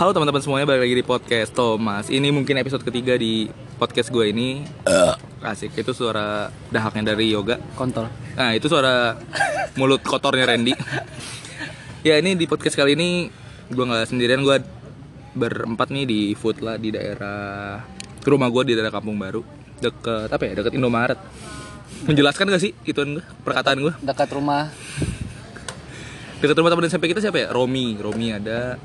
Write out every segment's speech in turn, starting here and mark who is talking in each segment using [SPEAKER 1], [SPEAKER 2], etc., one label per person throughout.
[SPEAKER 1] Halo teman-teman semuanya, balik lagi di podcast Thomas. Ini mungkin episode ketiga di podcast gue ini. Asik, itu suara dahaknya dari Yoga.
[SPEAKER 2] kontol
[SPEAKER 1] Nah, itu suara mulut kotornya Randy. ya, ini di podcast kali ini gue nggak sendirian, gue berempat nih di Foodla di daerah rumah gue di daerah Kampung Baru, deket apa ya? Deket Indomaret. Menjelaskan gak sih ituan gua, perkataan gue?
[SPEAKER 2] dekat rumah
[SPEAKER 1] Dekat rumah teman SMP kita siapa ya? Romi, Romi ada.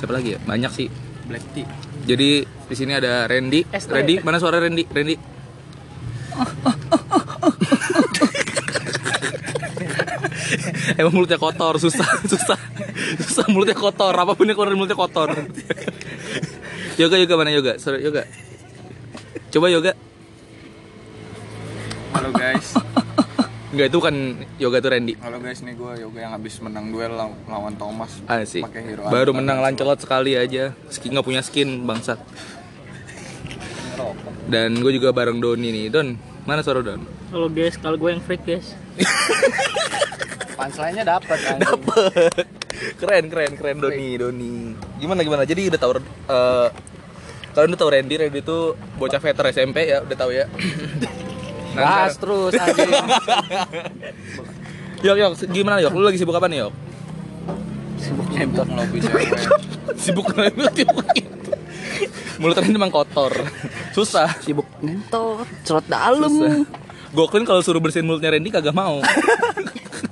[SPEAKER 1] Siapa lagi ya? Banyak sih.
[SPEAKER 2] black tea
[SPEAKER 1] Jadi di sini ada Randy. Randy, mana suara Randy? Randy. Emang mulutnya kotor, susah, susah, susah mulutnya kotor. Apapun yang keluar dari mulutnya kotor. yoga, yoga mana yoga? Suara yoga. Coba yoga.
[SPEAKER 3] Halo guys,
[SPEAKER 1] Enggak itu kan yoga tuh Randy.
[SPEAKER 3] halo guys nih gue Yoga yang habis menang duel law- lawan Thomas
[SPEAKER 1] Asik.
[SPEAKER 3] pakai hero
[SPEAKER 1] Ah, Baru
[SPEAKER 3] Avatar.
[SPEAKER 1] menang lancelot sekali aja. Skin nggak punya skin bangsat. Dan gue juga bareng Doni nih. Don, mana suara Don?
[SPEAKER 4] Halo guys, kalau gue yang freak guys.
[SPEAKER 2] punchline-nya dapat anjing
[SPEAKER 1] dapet keren keren keren Doni Doni gimana gimana jadi udah tahu eh, kalian udah tahu Randy Randy itu bocah veter SMP ya udah tahu ya
[SPEAKER 2] Bahas
[SPEAKER 1] sekarang-
[SPEAKER 2] terus anjing
[SPEAKER 1] Yok yok gimana yok lu lagi sibuk apa nih yok
[SPEAKER 2] sibuk
[SPEAKER 3] Sibuk
[SPEAKER 2] ngentot
[SPEAKER 3] ngelobi cewek.
[SPEAKER 1] sibuk mulut Randy memang kotor susah
[SPEAKER 2] sibuk ngentot cerot dalam
[SPEAKER 1] susah Goklin kalau suruh bersihin mulutnya Randy kagak mau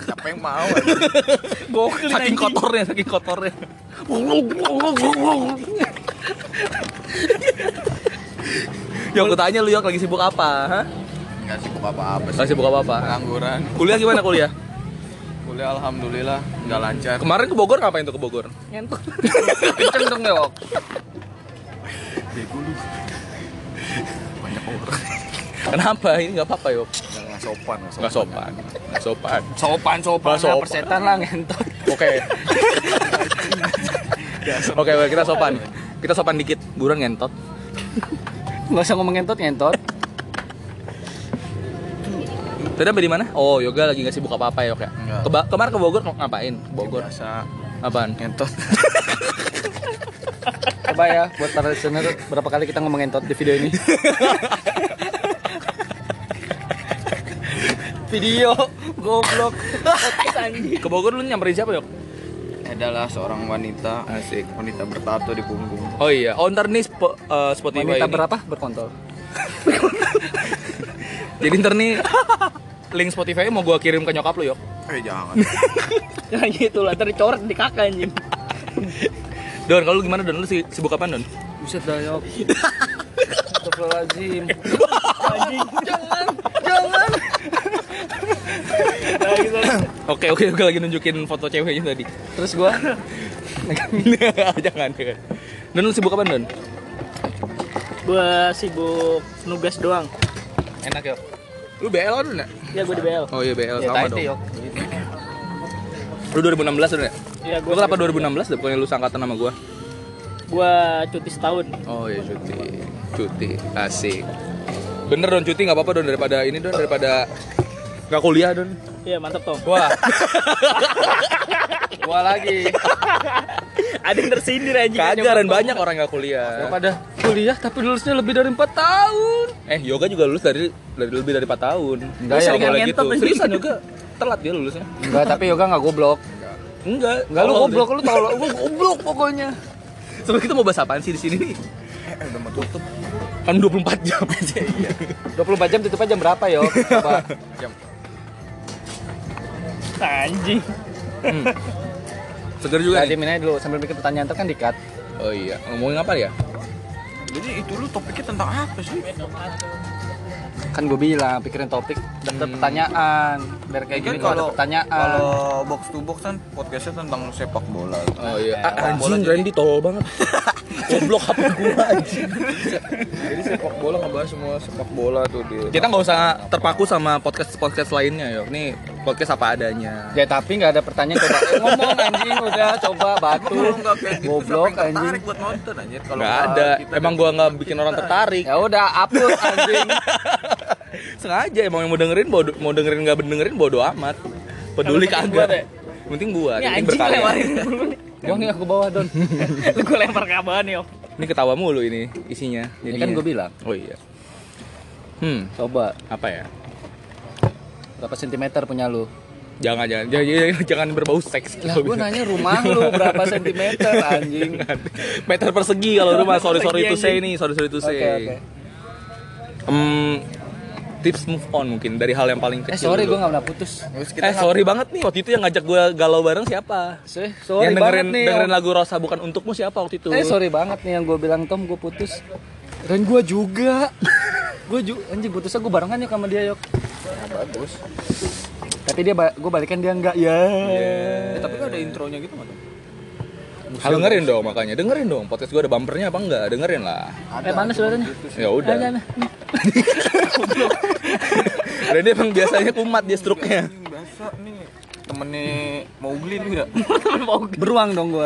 [SPEAKER 3] Siapa yang mau?
[SPEAKER 1] Goklin Saking kotornya, saking kotornya Yok, aku tanya lu Yok lagi sibuk apa? Hah?
[SPEAKER 3] Enggak sibuk apa-apa sih.
[SPEAKER 1] Lagi sibuk apa-apa?
[SPEAKER 3] Pengangguran.
[SPEAKER 1] Kuliah gimana kuliah?
[SPEAKER 3] Kuliah alhamdulillah nggak lancar.
[SPEAKER 1] Kemarin ke Bogor ngapain tuh ke Bogor?
[SPEAKER 4] Ngentuk.
[SPEAKER 1] Kenceng dong Yok
[SPEAKER 3] Bego lu. Banyak orang.
[SPEAKER 1] Kenapa? Ini nggak apa-apa Yok
[SPEAKER 3] Nggak sopan.
[SPEAKER 1] Nggak sopan Nggak sopan
[SPEAKER 3] Sopan sopan.
[SPEAKER 1] Nggak sopan.
[SPEAKER 2] persetan lah ngentot
[SPEAKER 1] Oke Oke, oke, kita sopan Kita sopan dikit Buruan ngentot
[SPEAKER 2] nggak usah ngomong ngentot ngentot
[SPEAKER 1] Tadi sampai di mana? Oh, Yoga lagi nggak sibuk apa-apa Yok ya?
[SPEAKER 3] Nggak.
[SPEAKER 1] Keba- kemarin ke Bogor mau ngapain? Bogor
[SPEAKER 3] Biasa
[SPEAKER 1] Apaan?
[SPEAKER 3] ngentot.
[SPEAKER 2] coba ya buat para listener berapa kali kita ngomong ngentot di video ini video goblok
[SPEAKER 1] Ke Bogor lu nyamperin siapa Yok?
[SPEAKER 3] Adalah seorang wanita.
[SPEAKER 1] Asik.
[SPEAKER 3] Wanita bertato di punggung.
[SPEAKER 1] Oh iya, oh ntar nih Spo- eh, Spotify
[SPEAKER 2] wanita
[SPEAKER 1] ini.
[SPEAKER 2] berapa berkontol
[SPEAKER 1] Jadi ntar nih link Spotify mau gua kirim ke nyokap lu, Yok.
[SPEAKER 3] Eh jangan.
[SPEAKER 4] Nah gitu lah, ntar dicoret di kakak anjing.
[SPEAKER 1] Don, kalau lu gimana Don? Lu si- sibuk apaan Don?
[SPEAKER 2] buset dah yop Astagfirullahaladzim
[SPEAKER 1] Oke, oke, gue lagi nunjukin foto ceweknya tadi.
[SPEAKER 2] terus gua
[SPEAKER 1] jangan, jangan. Don, lu sibuk apaan Don?
[SPEAKER 4] Gue sibuk nugas doang.
[SPEAKER 1] Enak, Yok. Lu BL kan, Don? ya?
[SPEAKER 4] Ya gue di BL.
[SPEAKER 1] Oh iya, BL
[SPEAKER 2] ya
[SPEAKER 1] sama
[SPEAKER 2] tahu
[SPEAKER 1] dong.
[SPEAKER 2] yop
[SPEAKER 1] Lu 2016 Don ya?
[SPEAKER 4] Ya
[SPEAKER 1] Lu kenapa 2016 deh? Pokoknya lu sangkatan sama gua.
[SPEAKER 4] Gue cuti setahun.
[SPEAKER 1] Oh iya, cuti. Cuti. Asik. Bener Don, cuti nggak apa-apa Don daripada ini Don daripada nggak kuliah Don.
[SPEAKER 4] Iya mantap Tom.
[SPEAKER 1] Wah,
[SPEAKER 2] gua lagi
[SPEAKER 4] Ada yang tersindir anjing.
[SPEAKER 1] kagak Ren. banyak orang nggak kuliah.
[SPEAKER 2] daripada kuliah tapi lulusnya lebih dari 4 tahun
[SPEAKER 1] Eh, yoga juga lulus dari, dari lebih dari 4 tahun.
[SPEAKER 2] Enggak,
[SPEAKER 1] Lu
[SPEAKER 2] ya,
[SPEAKER 1] seringan
[SPEAKER 2] boleh
[SPEAKER 1] ngentot
[SPEAKER 4] gitu.
[SPEAKER 1] anjing. Seriusan yoga telat dia lulusnya.
[SPEAKER 2] enggak tapi yoga enggak goblok
[SPEAKER 1] Enggak,
[SPEAKER 2] enggak lu
[SPEAKER 1] tolol
[SPEAKER 2] goblok
[SPEAKER 1] dia.
[SPEAKER 2] lu tau lu goblok pokoknya
[SPEAKER 1] Sebenarnya kita mau bahas apaan sih di sini nih?
[SPEAKER 3] Eh, udah mau tutup. Iya.
[SPEAKER 1] Kan 24 jam.
[SPEAKER 2] 24 jam tutupnya jam berapa yo coba
[SPEAKER 3] Jam.
[SPEAKER 4] Anjing.
[SPEAKER 1] Hmm. Seger juga nih.
[SPEAKER 2] Diemin aja dulu sambil mikir pertanyaan ntar kan dikat
[SPEAKER 1] Oh iya, ngomongin apa ya?
[SPEAKER 3] Jadi itu lu topiknya tentang apa sih?
[SPEAKER 2] kan gue bilang pikirin topik daftar
[SPEAKER 1] Hmm.
[SPEAKER 2] pertanyaan biar kayak gini
[SPEAKER 3] Kan
[SPEAKER 2] kalau ada pertanyaan
[SPEAKER 3] kalau box to box kan podcastnya tentang sepak bola.
[SPEAKER 1] Oh iya,
[SPEAKER 2] Ah,
[SPEAKER 1] anjing Randy tolol banget. goblok apa gua anjing.
[SPEAKER 3] Jadi sepak bola ngebahas semua sepak bola tuh di.
[SPEAKER 1] Kita nggak usah terpaku sama podcast-podcast lainnya yo. Ini podcast apa adanya.
[SPEAKER 2] Ya tapi nggak ada pertanyaan coba Eh, ngomong anjing udah coba batu
[SPEAKER 3] Eh,
[SPEAKER 1] gitu,
[SPEAKER 2] goblok anjing.
[SPEAKER 3] buat nonton anjir kalau
[SPEAKER 1] Nggak ada. Emang gua nggak bikin orang tertarik.
[SPEAKER 2] Ya udah upload anjing.
[SPEAKER 1] Sengaja emang yang mau dengerin bodo, mau dengerin nggak dengerin bodo amat. Peduli
[SPEAKER 4] Yang penting buat ya?
[SPEAKER 1] kagak. Penting buat.
[SPEAKER 4] Ini
[SPEAKER 1] Ini
[SPEAKER 4] anjing lewarin
[SPEAKER 1] berkarya.
[SPEAKER 4] mulu nih.
[SPEAKER 2] Gua nih aku bawa don.
[SPEAKER 4] Lu gue lempar ke abah nih, Om.
[SPEAKER 1] Ini ketawa mulu ini isinya.
[SPEAKER 2] Jadi
[SPEAKER 1] Jadi
[SPEAKER 2] kan gue bilang
[SPEAKER 1] Oh iya. Hmm,
[SPEAKER 2] coba
[SPEAKER 1] apa ya?
[SPEAKER 2] berapa sentimeter punya lu?
[SPEAKER 1] Jangan jangan jangan, jangan- jangan berbau seks.
[SPEAKER 2] Lah
[SPEAKER 1] Kalau
[SPEAKER 2] gue
[SPEAKER 1] bisa.
[SPEAKER 2] nanya rumah lu berapa sentimeter anjing.
[SPEAKER 1] Jangan. Meter persegi kalau rumah sorry sorry
[SPEAKER 4] Persegi,
[SPEAKER 1] itu saya
[SPEAKER 4] anjing.
[SPEAKER 1] nih sorry sorry itu
[SPEAKER 2] Iya, Oke
[SPEAKER 1] saya.
[SPEAKER 2] oke. Eh,
[SPEAKER 1] tips move on mungkin dari hal yang paling
[SPEAKER 2] Eh
[SPEAKER 1] kecil.
[SPEAKER 2] sorry gue
[SPEAKER 1] dulu.
[SPEAKER 2] nggak pernah putus.
[SPEAKER 3] Terus kita
[SPEAKER 1] Eh sorry banget nih waktu itu yang ngajak gue galau bareng siapa?
[SPEAKER 2] Eh, Sorry
[SPEAKER 1] yang dengerin
[SPEAKER 2] banget nih.
[SPEAKER 1] dengerin
[SPEAKER 2] Om.
[SPEAKER 1] lagu Rosa bukan untukmu siapa waktu itu?
[SPEAKER 2] Eh sorry banget nih yang gue bilang Tom gue putus. Dan gue juga. gue juga anjing putusnya gue barengan yuk sama dia yuk.
[SPEAKER 3] nggak bagus.
[SPEAKER 2] Tapi dia gue balikan dia enggak ya.
[SPEAKER 3] Eh, tapi kan ada intronya gitu nggak? tuh?
[SPEAKER 1] dengerin dong makanya dengerin dong podcast gue ada bumpernya apa enggak dengerin lah
[SPEAKER 3] Ada.
[SPEAKER 4] Eh, mana suaranya?
[SPEAKER 1] ya udah
[SPEAKER 4] Ada, ada.
[SPEAKER 1] Randy emang biasanya kumat dia struknya
[SPEAKER 3] Anjing, Biasa nih temennya Mowgli lu ya.
[SPEAKER 2] Beruang dong gue.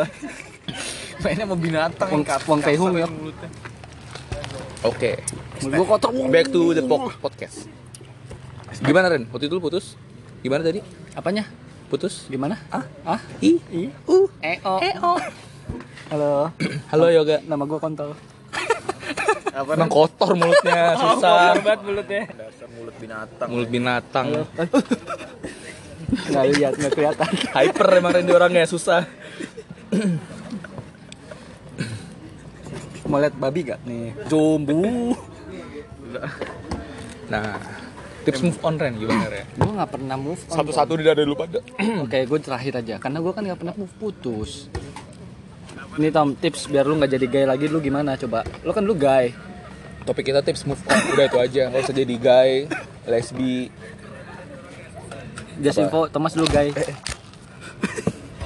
[SPEAKER 3] Mainnya mau binatang.
[SPEAKER 2] Wong-
[SPEAKER 3] kap-
[SPEAKER 2] Wong Fei Hung,
[SPEAKER 3] kasar
[SPEAKER 2] ya.
[SPEAKER 3] mulutnya.
[SPEAKER 1] oke
[SPEAKER 2] Mulut gue kotor.
[SPEAKER 1] back to the po- podcast gimana Ren waktu itu lu putus gimana tadi
[SPEAKER 2] Apanya?
[SPEAKER 1] putus
[SPEAKER 2] Gimana? Ah? Ah?
[SPEAKER 1] i
[SPEAKER 2] I?
[SPEAKER 1] u
[SPEAKER 2] Eo. Eo. Halo.
[SPEAKER 1] halo yoga
[SPEAKER 2] Nama gue kontol.
[SPEAKER 3] Apa
[SPEAKER 1] emang kotor mulutnya susah
[SPEAKER 4] Susah banget mulutnya.
[SPEAKER 3] dasar mulut binatang.
[SPEAKER 1] mulut binatang
[SPEAKER 2] Nggak lihat, nggak kelihatan.
[SPEAKER 1] hyper emang Randy orangnya susah
[SPEAKER 2] Mau lihat babi gak nih? Jombu.
[SPEAKER 1] nah tips move on Ren gimana Ren
[SPEAKER 2] Gue nggak pernah move on.
[SPEAKER 1] satu-satu di dada dulu pada
[SPEAKER 2] Oke, gue terakhir aja. Karena gue kan nggak pernah move putus. Ini Tom tips biar lu nggak jadi gay lagi lu gimana coba? Lu kan lu gay.
[SPEAKER 1] topik kita tips move on udah itu aja nggak usah jadi gay lesbi
[SPEAKER 2] Just info, Thomas lu gay.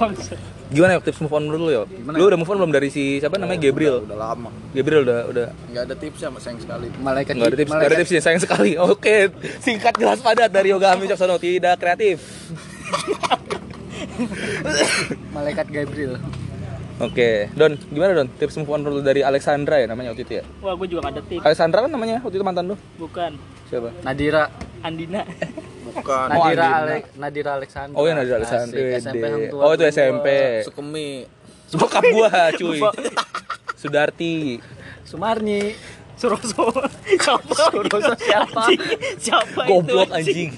[SPEAKER 4] Bangsat.
[SPEAKER 1] gimana ya tips move on menurut lu ya lu udah move on belum dari si siapa namanya Gabriel
[SPEAKER 3] Udah lama.
[SPEAKER 1] Gabriel udah udah
[SPEAKER 3] Nggak ada tipsnya sama sayang sekali.
[SPEAKER 2] Malaikat
[SPEAKER 1] nggak ada tips
[SPEAKER 2] ya?
[SPEAKER 1] nggak ada tipsnya sayang sekali oke singkat jelas padat dari Yoga Amin Caksono tidak kreatif
[SPEAKER 2] Malaikat Gabriel.
[SPEAKER 1] oke Don gimana Don tips move on menurut lu dari Alexandra ya namanya waktu itu ya
[SPEAKER 4] Wah, gue juga gak ada tips.
[SPEAKER 1] Alexandra kan namanya waktu itu mantan lu
[SPEAKER 4] Bukan.
[SPEAKER 1] siapa
[SPEAKER 2] Nadira.
[SPEAKER 4] Andina.
[SPEAKER 3] Bukan.
[SPEAKER 1] Oh,
[SPEAKER 2] Nadira
[SPEAKER 1] Andina.
[SPEAKER 2] Ale Nadira Alexandra.
[SPEAKER 1] Oh ya Nadira Alexandra
[SPEAKER 2] Asik, SMP hang tua
[SPEAKER 1] Oh itu
[SPEAKER 2] gua.
[SPEAKER 1] SMP
[SPEAKER 3] Sukemi.
[SPEAKER 1] Bokap gua cuy Sudarti
[SPEAKER 2] Sumarni.
[SPEAKER 4] Suroso. Siapa?
[SPEAKER 2] Suroso siapa?
[SPEAKER 4] Anjing. Siapa itu?
[SPEAKER 1] Goblok anjing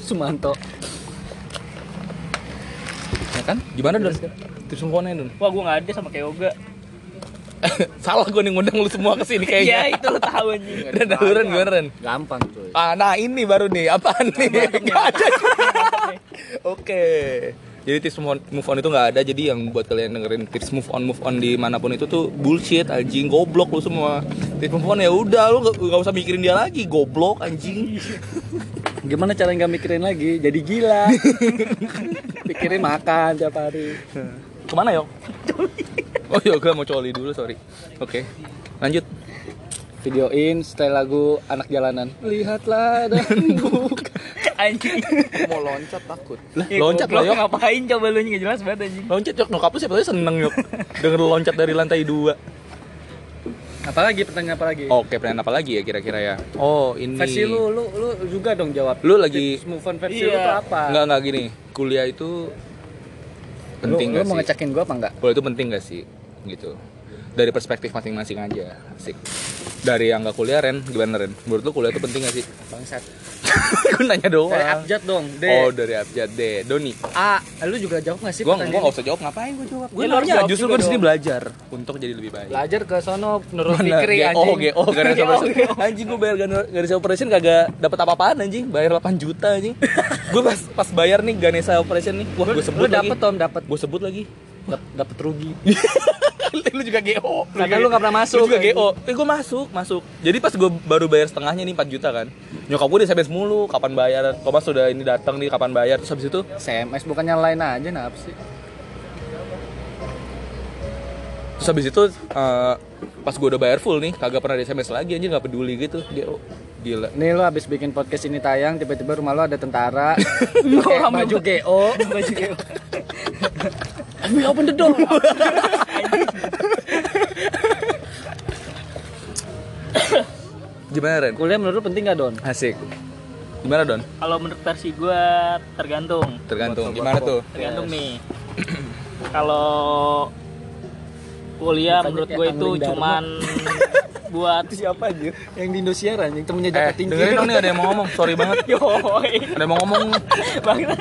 [SPEAKER 2] Sumanto.
[SPEAKER 1] Ya kan? Gimana Don? Tips move on-nya Don?
[SPEAKER 4] Wah, gue gak ada sama kayak Yoga.
[SPEAKER 1] Salah gue nih ngundang lu semua kesini
[SPEAKER 4] Iya,
[SPEAKER 1] kayaknya
[SPEAKER 4] itu lo tahu anjing.
[SPEAKER 1] Dan Ren gimana Ren?
[SPEAKER 2] Gampang cuy.
[SPEAKER 1] Ah, nah ini baru nih, apaan nih? Nggak ada. Oke. Jadi tips move on, move on itu nggak ada. Jadi yang buat kalian dengerin tips move on move on dimanapun itu tuh bullshit anjing goblok lu semua. Tips move on ya udah lu nggak- nggak usah mikirin dia lagi goblok anjing.
[SPEAKER 2] Gimana cara nggak mikirin lagi? Jadi gila. Pikirin makan tiap hari.
[SPEAKER 1] Kemana yo? Oh iya gue mau coli dulu sorry. Oke lanjut.
[SPEAKER 2] Videoin style lagu anak jalanan. Lihatlah dan buka.
[SPEAKER 4] Anjing.
[SPEAKER 3] Mau loncat takut.
[SPEAKER 1] Lah,
[SPEAKER 4] Ya,
[SPEAKER 1] loncat
[SPEAKER 4] goblok,
[SPEAKER 1] lah yuk.
[SPEAKER 4] Ngapain coba lu nggak jelas banget anjing.
[SPEAKER 1] Loncat yuk nyokap lu siapa tahu seneng yuk. Denger lu loncat dari lantai dua.
[SPEAKER 2] Apalagi pertanyaan apa lagi?
[SPEAKER 1] Oke pertanyaan apa lagi ya kira-kira ya? Oh ini.
[SPEAKER 2] Versi lu, lu, lu juga dong jawab.
[SPEAKER 1] Lu lagi-
[SPEAKER 2] Tips move on versi
[SPEAKER 4] Iya.
[SPEAKER 2] lu tuh apa?
[SPEAKER 1] Enggak enggak gini, kuliah itu penting
[SPEAKER 2] lu, lu
[SPEAKER 1] gak
[SPEAKER 2] mau
[SPEAKER 1] sih?
[SPEAKER 2] ngecakin gua apa enggak?
[SPEAKER 1] Kuliah itu penting gak sih? Gitu. Dari perspektif masing-masing aja, asik. Dari yang gak kuliah Ren, gimana Ren? Menurut lu kuliah itu penting gak sih?
[SPEAKER 2] Bangsat.
[SPEAKER 1] Gue nanya
[SPEAKER 2] Dari
[SPEAKER 1] doang.
[SPEAKER 2] abjad dong. D.
[SPEAKER 1] Oh dari abjad deh, Doni.
[SPEAKER 2] A. Eh, Lu juga jawab enggak sih
[SPEAKER 1] Gue
[SPEAKER 2] pertanyaan
[SPEAKER 1] gue
[SPEAKER 2] ini?
[SPEAKER 1] gak usah jawab ngapain gue jawab. Gue
[SPEAKER 4] Ya, lu harus
[SPEAKER 1] nanya
[SPEAKER 4] jawab
[SPEAKER 1] justru
[SPEAKER 4] juga
[SPEAKER 1] gue di sini
[SPEAKER 4] dong.
[SPEAKER 1] belajar untuk jadi lebih baik.
[SPEAKER 2] Belajar ke sono menurut
[SPEAKER 1] Mana?
[SPEAKER 2] Fikri
[SPEAKER 1] G-
[SPEAKER 2] anjing.
[SPEAKER 1] Oh, G- oh, garis operation. Anjing gue bayar gan- garis operation kagak dapat apa-apaan anjing. Bayar 8 juta anjing. gue pas pas bayar nih Ganesha operation nih. Wah, gue sebut
[SPEAKER 2] Lu dapet
[SPEAKER 1] lagi.
[SPEAKER 2] Tom, dapet
[SPEAKER 1] Gue sebut lagi.
[SPEAKER 2] Dap- dapet rugi.
[SPEAKER 1] lu juga GO.
[SPEAKER 2] Karena lu nggak pernah masuk.
[SPEAKER 1] Lu juga GO. Eh gue masuk, masuk. Jadi pas gue baru bayar setengahnya nih 4 juta kan. Nyokap gue udah SMS mulu, kapan bayar? Kok mas udah ini datang nih kapan bayar? Terus habis itu
[SPEAKER 2] SMS bukannya lain aja nah apa sih?
[SPEAKER 1] Terus habis itu eh, pas gue udah bayar full nih, kagak pernah di SMS lagi anjing nggak peduli gitu. G.O. Gila.
[SPEAKER 2] Nih lo abis bikin podcast ini tayang, tiba-tiba rumah lo ada tentara, pakai baju GO,
[SPEAKER 4] Baju GO.
[SPEAKER 2] we open the door.
[SPEAKER 1] Gimana Ren?
[SPEAKER 2] Kuliah menurut lo penting gak Don?
[SPEAKER 1] Asik. Gimana Don?
[SPEAKER 4] Kalau menurut versi gue tergantung.
[SPEAKER 1] Tergantung. Gimana tuh?
[SPEAKER 4] Tergantung nih. Kalau kuliah
[SPEAKER 2] Mukanya
[SPEAKER 4] menurut
[SPEAKER 2] kayak
[SPEAKER 4] gue itu
[SPEAKER 2] Tangling Dharma.
[SPEAKER 4] cuman buat
[SPEAKER 2] Siapa aja? Yang di Indosiar anjing, temennya
[SPEAKER 1] Eh, dengerin dong nih ada yang mau ngomong. Sorry banget.
[SPEAKER 4] yoi
[SPEAKER 1] Ada yang mau ngomong.
[SPEAKER 4] banget.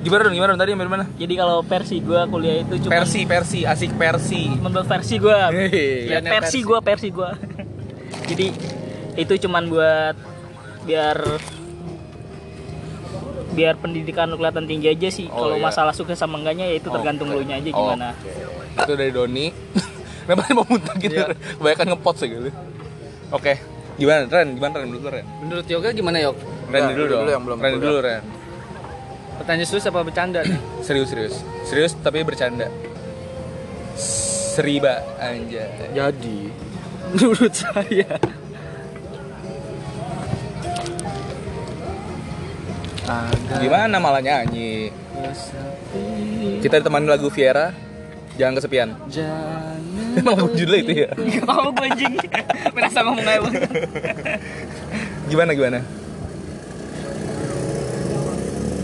[SPEAKER 1] Gimana Don? Gimana Don? Tadi yang dari mana?
[SPEAKER 4] Jadi kalau versi gue kuliah itu cuman
[SPEAKER 1] Persi, Persi, asik Persi.
[SPEAKER 4] menurut versi gue
[SPEAKER 1] Iya, Hei.
[SPEAKER 4] ya, versi gue versi gue jadi itu cuman buat biar biar pendidikan lu kelihatan tinggi aja sih
[SPEAKER 1] Oh,
[SPEAKER 4] kalau
[SPEAKER 1] iya.
[SPEAKER 4] masalah suka sama enggaknya ya itu tergantung lu nya aja gimana
[SPEAKER 1] Itu dari Doni. Kenapa dia mau muntah gitu? Kebanyakan ngepot sih gitu. Oke. Gimana Ren? Gimana Ren? Menurut lu, Ren?
[SPEAKER 2] Menurut Yoga gimana Yok?
[SPEAKER 1] Ren
[SPEAKER 3] Enggak,
[SPEAKER 1] dulu
[SPEAKER 3] dulu
[SPEAKER 1] dong.
[SPEAKER 3] yang belum,
[SPEAKER 1] Ren
[SPEAKER 3] dulu
[SPEAKER 1] dulu Ren.
[SPEAKER 2] Pertanyaan serius apa bercanda nih?
[SPEAKER 1] Serius serius. Serius tapi bercanda. Seriba anjay.
[SPEAKER 2] Jadi, menurut saya
[SPEAKER 1] Gimana malah nyanyi? Kita ditemani lagu Viera. Jangan kesepian.
[SPEAKER 2] jangan
[SPEAKER 1] Emang lagu judulnya itu ya.
[SPEAKER 4] kamu gue anjing merasa ngomong aja Bang.
[SPEAKER 1] Gimana gimana?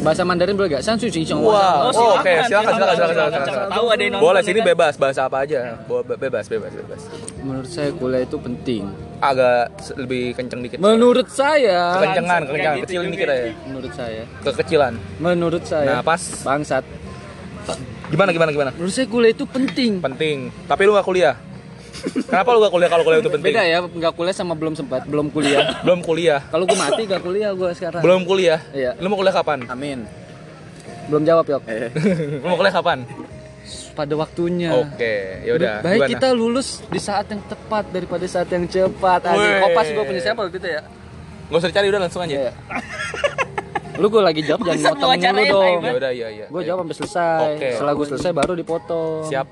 [SPEAKER 2] bahasa Mandarin boleh gak? San Suu Kyi Chong
[SPEAKER 1] Wow.
[SPEAKER 2] Wan.
[SPEAKER 1] Oh, oke, silakan, silakan, silakan, silakan, silakan.
[SPEAKER 4] tahu ada yang nonton
[SPEAKER 1] Boleh
[SPEAKER 4] ya
[SPEAKER 1] sini
[SPEAKER 4] kan?
[SPEAKER 1] bebas bahasa apa aja. Bo- be- Bebas bebas bebas.
[SPEAKER 2] Menurut saya kuliah itu penting.
[SPEAKER 1] Agak se- lebih kenceng dikit.
[SPEAKER 2] Menurut saya,
[SPEAKER 1] Kekencengan,
[SPEAKER 4] Kayak
[SPEAKER 1] kekencengan
[SPEAKER 4] gitu
[SPEAKER 1] kecil
[SPEAKER 4] juga
[SPEAKER 1] nih kita ya.
[SPEAKER 2] menurut saya,
[SPEAKER 1] Kekecilan.
[SPEAKER 2] menurut saya.
[SPEAKER 1] Nah, pas.
[SPEAKER 2] Bangsat.
[SPEAKER 1] Gimana gimana gimana?
[SPEAKER 2] Menurut saya kuliah itu penting.
[SPEAKER 1] Penting. Tapi lu gak kuliah. Kenapa lu gak kuliah kalau kuliah itu penting?
[SPEAKER 2] Beda ya, nggak kuliah sama belum sempat, belum kuliah.
[SPEAKER 1] Belum kuliah.
[SPEAKER 2] Kalau gue mati gak kuliah gue sekarang.
[SPEAKER 1] Belum kuliah.
[SPEAKER 2] Iya.
[SPEAKER 1] Lu mau kuliah kapan?
[SPEAKER 2] Amin. Belum jawab yok.
[SPEAKER 1] Eh. lu mau kuliah kapan?
[SPEAKER 2] Pada waktunya.
[SPEAKER 1] Oke, yaudah.
[SPEAKER 2] Iya. Baik
[SPEAKER 1] Gimana?
[SPEAKER 2] kita lulus di saat yang tepat daripada saat yang cepat. Anjing,
[SPEAKER 1] Weh.
[SPEAKER 2] kopas gue punya siapa waktu itu ya?
[SPEAKER 1] Gak usah dicari udah langsung aja.
[SPEAKER 2] Iya. Lu gue lagi jawab
[SPEAKER 4] Masa
[SPEAKER 2] jangan motong
[SPEAKER 4] wawancara
[SPEAKER 2] dulu
[SPEAKER 4] ya,
[SPEAKER 2] dong.
[SPEAKER 1] Ya udah, iya iya.
[SPEAKER 2] Gue
[SPEAKER 1] Ayo.
[SPEAKER 2] jawab sampai selesai.
[SPEAKER 1] Oke.
[SPEAKER 2] Setelah gue selesai baru dipotong.
[SPEAKER 1] Siap.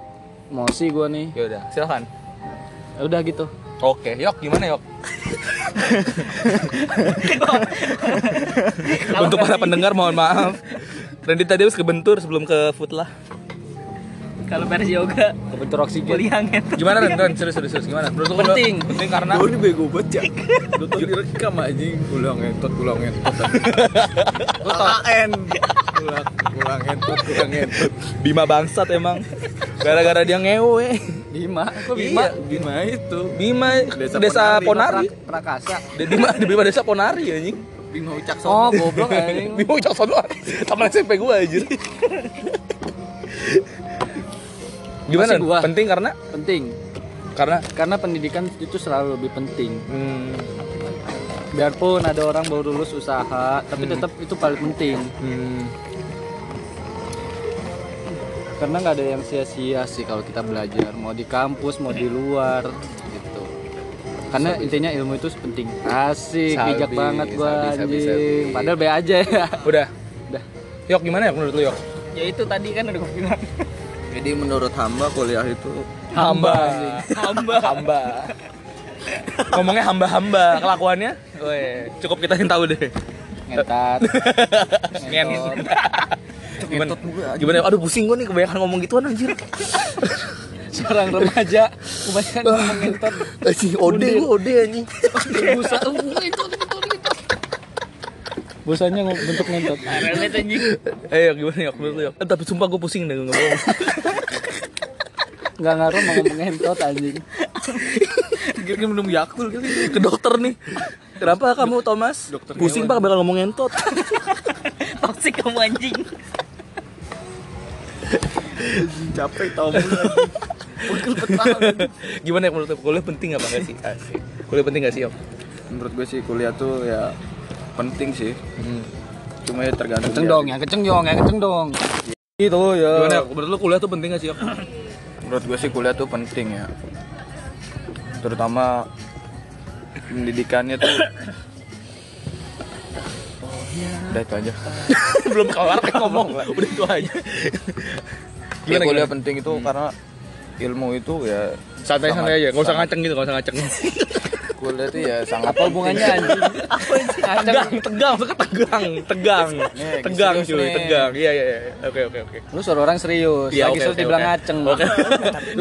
[SPEAKER 2] Mosi gue nih.
[SPEAKER 1] Ya udah, silakan.
[SPEAKER 2] Ya Udah gitu.
[SPEAKER 1] Oke, Yok gimana Yok? Untuk para pendengar mohon maaf. Randy tadi harus kebentur sebelum ke Foodlah.
[SPEAKER 4] kalau versi yoga
[SPEAKER 1] Iya.
[SPEAKER 2] Kebentur oksigen.
[SPEAKER 4] kuliah ngetes
[SPEAKER 1] Gimana Ren? Ren, serius serius serius gimana? Menurut lu
[SPEAKER 2] Penting.
[SPEAKER 1] penting karena
[SPEAKER 3] Gue ini bego banget ya. Lu tuh direkam aja ulang entot ulang entot. AN. Ulang ulang entot ulang entot.
[SPEAKER 1] Bima bangsat emang. Gara-gara dia ngewe.
[SPEAKER 2] Bima. Kok
[SPEAKER 1] Bima?
[SPEAKER 2] Bima?
[SPEAKER 3] Gimana itu?
[SPEAKER 1] Bima desa,
[SPEAKER 3] Desa
[SPEAKER 1] Ponari.
[SPEAKER 2] Prak- Prakasa.
[SPEAKER 1] Dia Bima, Bima desa Ponari anjing.
[SPEAKER 3] Bima Ucak
[SPEAKER 2] Oh, goblok anjing.
[SPEAKER 1] Bima ucap sono. Taman SMP gua anjir. Gimana?
[SPEAKER 2] Masih gua.
[SPEAKER 1] Penting karena
[SPEAKER 2] Penting.
[SPEAKER 1] karena
[SPEAKER 2] Karena pendidikan itu selalu lebih penting.
[SPEAKER 1] hmm,
[SPEAKER 2] Biarpun ada orang baru lulus usaha, tapi tetap itu paling penting.
[SPEAKER 1] hmm,
[SPEAKER 2] Karena nggak ada yang sia-sia sih kalau kita belajar, mau di kampus, mau di luar, gitu. Karena intinya ilmu itu penting. Asik,
[SPEAKER 1] Sabi,
[SPEAKER 2] bijak banget gua
[SPEAKER 1] sabi, sabi,
[SPEAKER 2] anjing.
[SPEAKER 1] sabi.
[SPEAKER 2] Padahal be aja ya.
[SPEAKER 1] udah.
[SPEAKER 2] Udah.
[SPEAKER 1] Yok gimana ya menurut lu Yok?
[SPEAKER 4] ya itu tadi kan udah gue bilang
[SPEAKER 3] Jadi menurut hamba kuliah itu
[SPEAKER 1] Hamba.
[SPEAKER 4] hamba
[SPEAKER 1] Hamba. Ngomongnya hamba-hamba, kelakuannya? Weh, cukup kita yang tahu deh.
[SPEAKER 2] Ngentat.
[SPEAKER 1] Ngentot. Gimana? Gimana? Aduh pusing gua nih kebanyakan ngomong gituan anjir.
[SPEAKER 2] Seorang remaja kebanyakan ngomong ngentot.
[SPEAKER 1] Anjing ode gua ode anjing.
[SPEAKER 2] Busa, uh, ngentot, ngentot, ngentot. Busanya ngom- bentuk ngentot.
[SPEAKER 4] Parahnya tuh, anjing
[SPEAKER 1] Eh Yok, gimana Yok menurut lu Yok? Eh, tapi sumpah gua pusing deh ngomong.
[SPEAKER 2] Nggak ngaruh mau ngomong ngentot anjing.
[SPEAKER 1] Kira-kira minum Yakult gitu. Ke dokter nih. Kenapa kamu Thomas? pusing Pak bakal ngomong entot.
[SPEAKER 4] toksik kamu anjing
[SPEAKER 3] capek tau bulan.
[SPEAKER 1] Gimana ya menurut lu? Kuliah penting apa enggak sih? Asik. Kuliah penting enggak sih, Yok?
[SPEAKER 3] Menurut gue sih kuliah tuh ya penting sih. Cuma ya tergantung.
[SPEAKER 2] Kenceng
[SPEAKER 3] ya.
[SPEAKER 2] dong, yang kenceng dong, yang kenceng dong. Gitu ya.
[SPEAKER 1] Gimana Yok? Eh, Menurut lu kuliah tuh penting enggak sih, Yok?
[SPEAKER 3] Menurut gue sih kuliah tuh penting ya. Terutama pendidikannya tuh. Udah itu aja.
[SPEAKER 1] Belum kelar ngomong. Udah itu aja.
[SPEAKER 3] Ya,
[SPEAKER 1] Gimana,
[SPEAKER 3] kuliah
[SPEAKER 1] gimana?
[SPEAKER 3] penting itu karena ilmu itu ya
[SPEAKER 1] santai-santai aja nggak usah ngaceng gitu nggak usah ngaceng
[SPEAKER 3] kuliah itu ya sangat
[SPEAKER 2] Apa hubungannya anjing?
[SPEAKER 1] tegang tegang suka tegang tegang
[SPEAKER 3] Nih,
[SPEAKER 1] tegang
[SPEAKER 3] serius
[SPEAKER 1] cuy
[SPEAKER 3] nih.
[SPEAKER 1] tegang iya iya iya. oke oke oke
[SPEAKER 2] Lu suruh orang serius,
[SPEAKER 1] Iya, oke,
[SPEAKER 2] lagi suruh
[SPEAKER 1] oke,
[SPEAKER 2] dibilang
[SPEAKER 1] oke.
[SPEAKER 2] ngaceng.
[SPEAKER 1] Oke.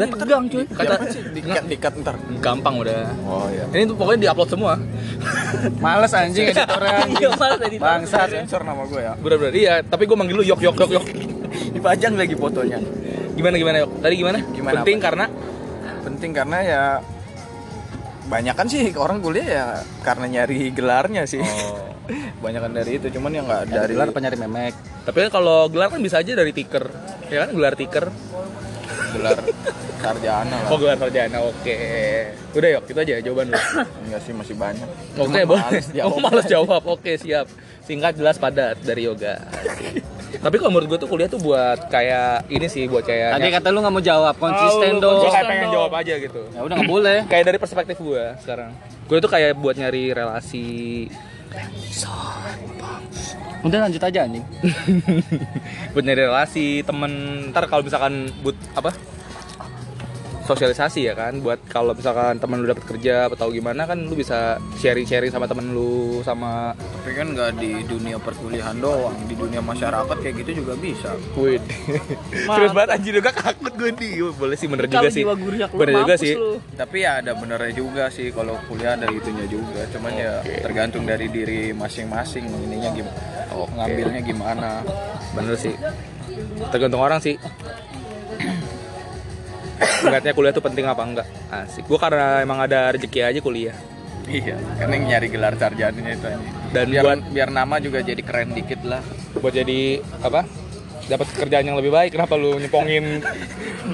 [SPEAKER 4] Lah tegang cuy.
[SPEAKER 1] kata
[SPEAKER 3] dikat dikat ntar
[SPEAKER 1] gampang udah
[SPEAKER 3] oh ya
[SPEAKER 1] ini tuh pokoknya diupload semua
[SPEAKER 2] Males anjing editornya
[SPEAKER 4] Iya,
[SPEAKER 2] anjing.
[SPEAKER 4] malah tadi.
[SPEAKER 2] Bangsat.
[SPEAKER 3] sensor nama gue ya
[SPEAKER 1] bener-bener iya tapi gue manggil lu yok yok yok yok
[SPEAKER 3] dipajang lagi fotonya
[SPEAKER 1] gimana gimana yok tadi gimana,
[SPEAKER 3] Gimana
[SPEAKER 1] penting
[SPEAKER 3] apa?
[SPEAKER 1] karena
[SPEAKER 3] penting karena ya banyak kan sih orang kuliah ya karena nyari gelarnya sih
[SPEAKER 1] Oh.
[SPEAKER 3] banyakan dari itu cuman yang nggak
[SPEAKER 2] Dari
[SPEAKER 3] dari
[SPEAKER 2] luar penyari memek.
[SPEAKER 1] tapi kan kalau gelar kan bisa aja dari tiker ya kan gelar tiker
[SPEAKER 3] gelar sarjana lah
[SPEAKER 1] oh gelar sarjana oke udah yok itu aja jawaban lu
[SPEAKER 3] enggak sih masih banyak
[SPEAKER 1] oke
[SPEAKER 3] Cuman
[SPEAKER 1] boleh
[SPEAKER 3] males jawab.
[SPEAKER 1] oh males jawab oke siap singkat jelas padat dari yoga tapi kalau menurut gue tuh kuliah tuh buat kayak ini sih buat kayak
[SPEAKER 2] Tadi kata lu nggak mau jawab, konsisten
[SPEAKER 1] gue
[SPEAKER 2] dong.
[SPEAKER 1] kayak pengen jawab aja gitu
[SPEAKER 2] Ya udah nggak boleh.
[SPEAKER 1] kayak dari perspektif gue sekarang gue tuh kayak buat nyari relasi
[SPEAKER 2] Udah lanjut aja anjing.
[SPEAKER 1] buat nyari relasi temen ntar kalau misalkan but apa sosialisasi ya kan buat kalau misalkan temen lu dapat kerja atau gimana kan lu bisa sharing sharing sama temen lu sama
[SPEAKER 3] tapi kan nggak di dunia perkuliahan doang di dunia masyarakat kayak gitu juga bisa
[SPEAKER 1] wid terus banget anjir juga takut gue nih boleh sih bener juga
[SPEAKER 4] Kalau
[SPEAKER 1] sih
[SPEAKER 4] jiwa guriak lu,
[SPEAKER 1] bener juga
[SPEAKER 4] mampus
[SPEAKER 1] sih
[SPEAKER 4] lu.
[SPEAKER 3] tapi ya ada benernya juga sih kalau kuliah ada itunya juga cuman ya tergantung dari diri masing-masing ininya gimana ngambilnya gimana
[SPEAKER 1] bener sih tergantung orang sih Ngeliatnya kuliah tuh penting apa enggak asik gue karena emang ada rezeki aja kuliah
[SPEAKER 3] iya karena yang nyari gelar sarjananya itu aja
[SPEAKER 1] Dan
[SPEAKER 3] biar,
[SPEAKER 1] buat-
[SPEAKER 3] biar nama juga jadi keren dikit lah
[SPEAKER 1] buat jadi apa dapat kerjaan yang lebih baik kenapa lu nyepongin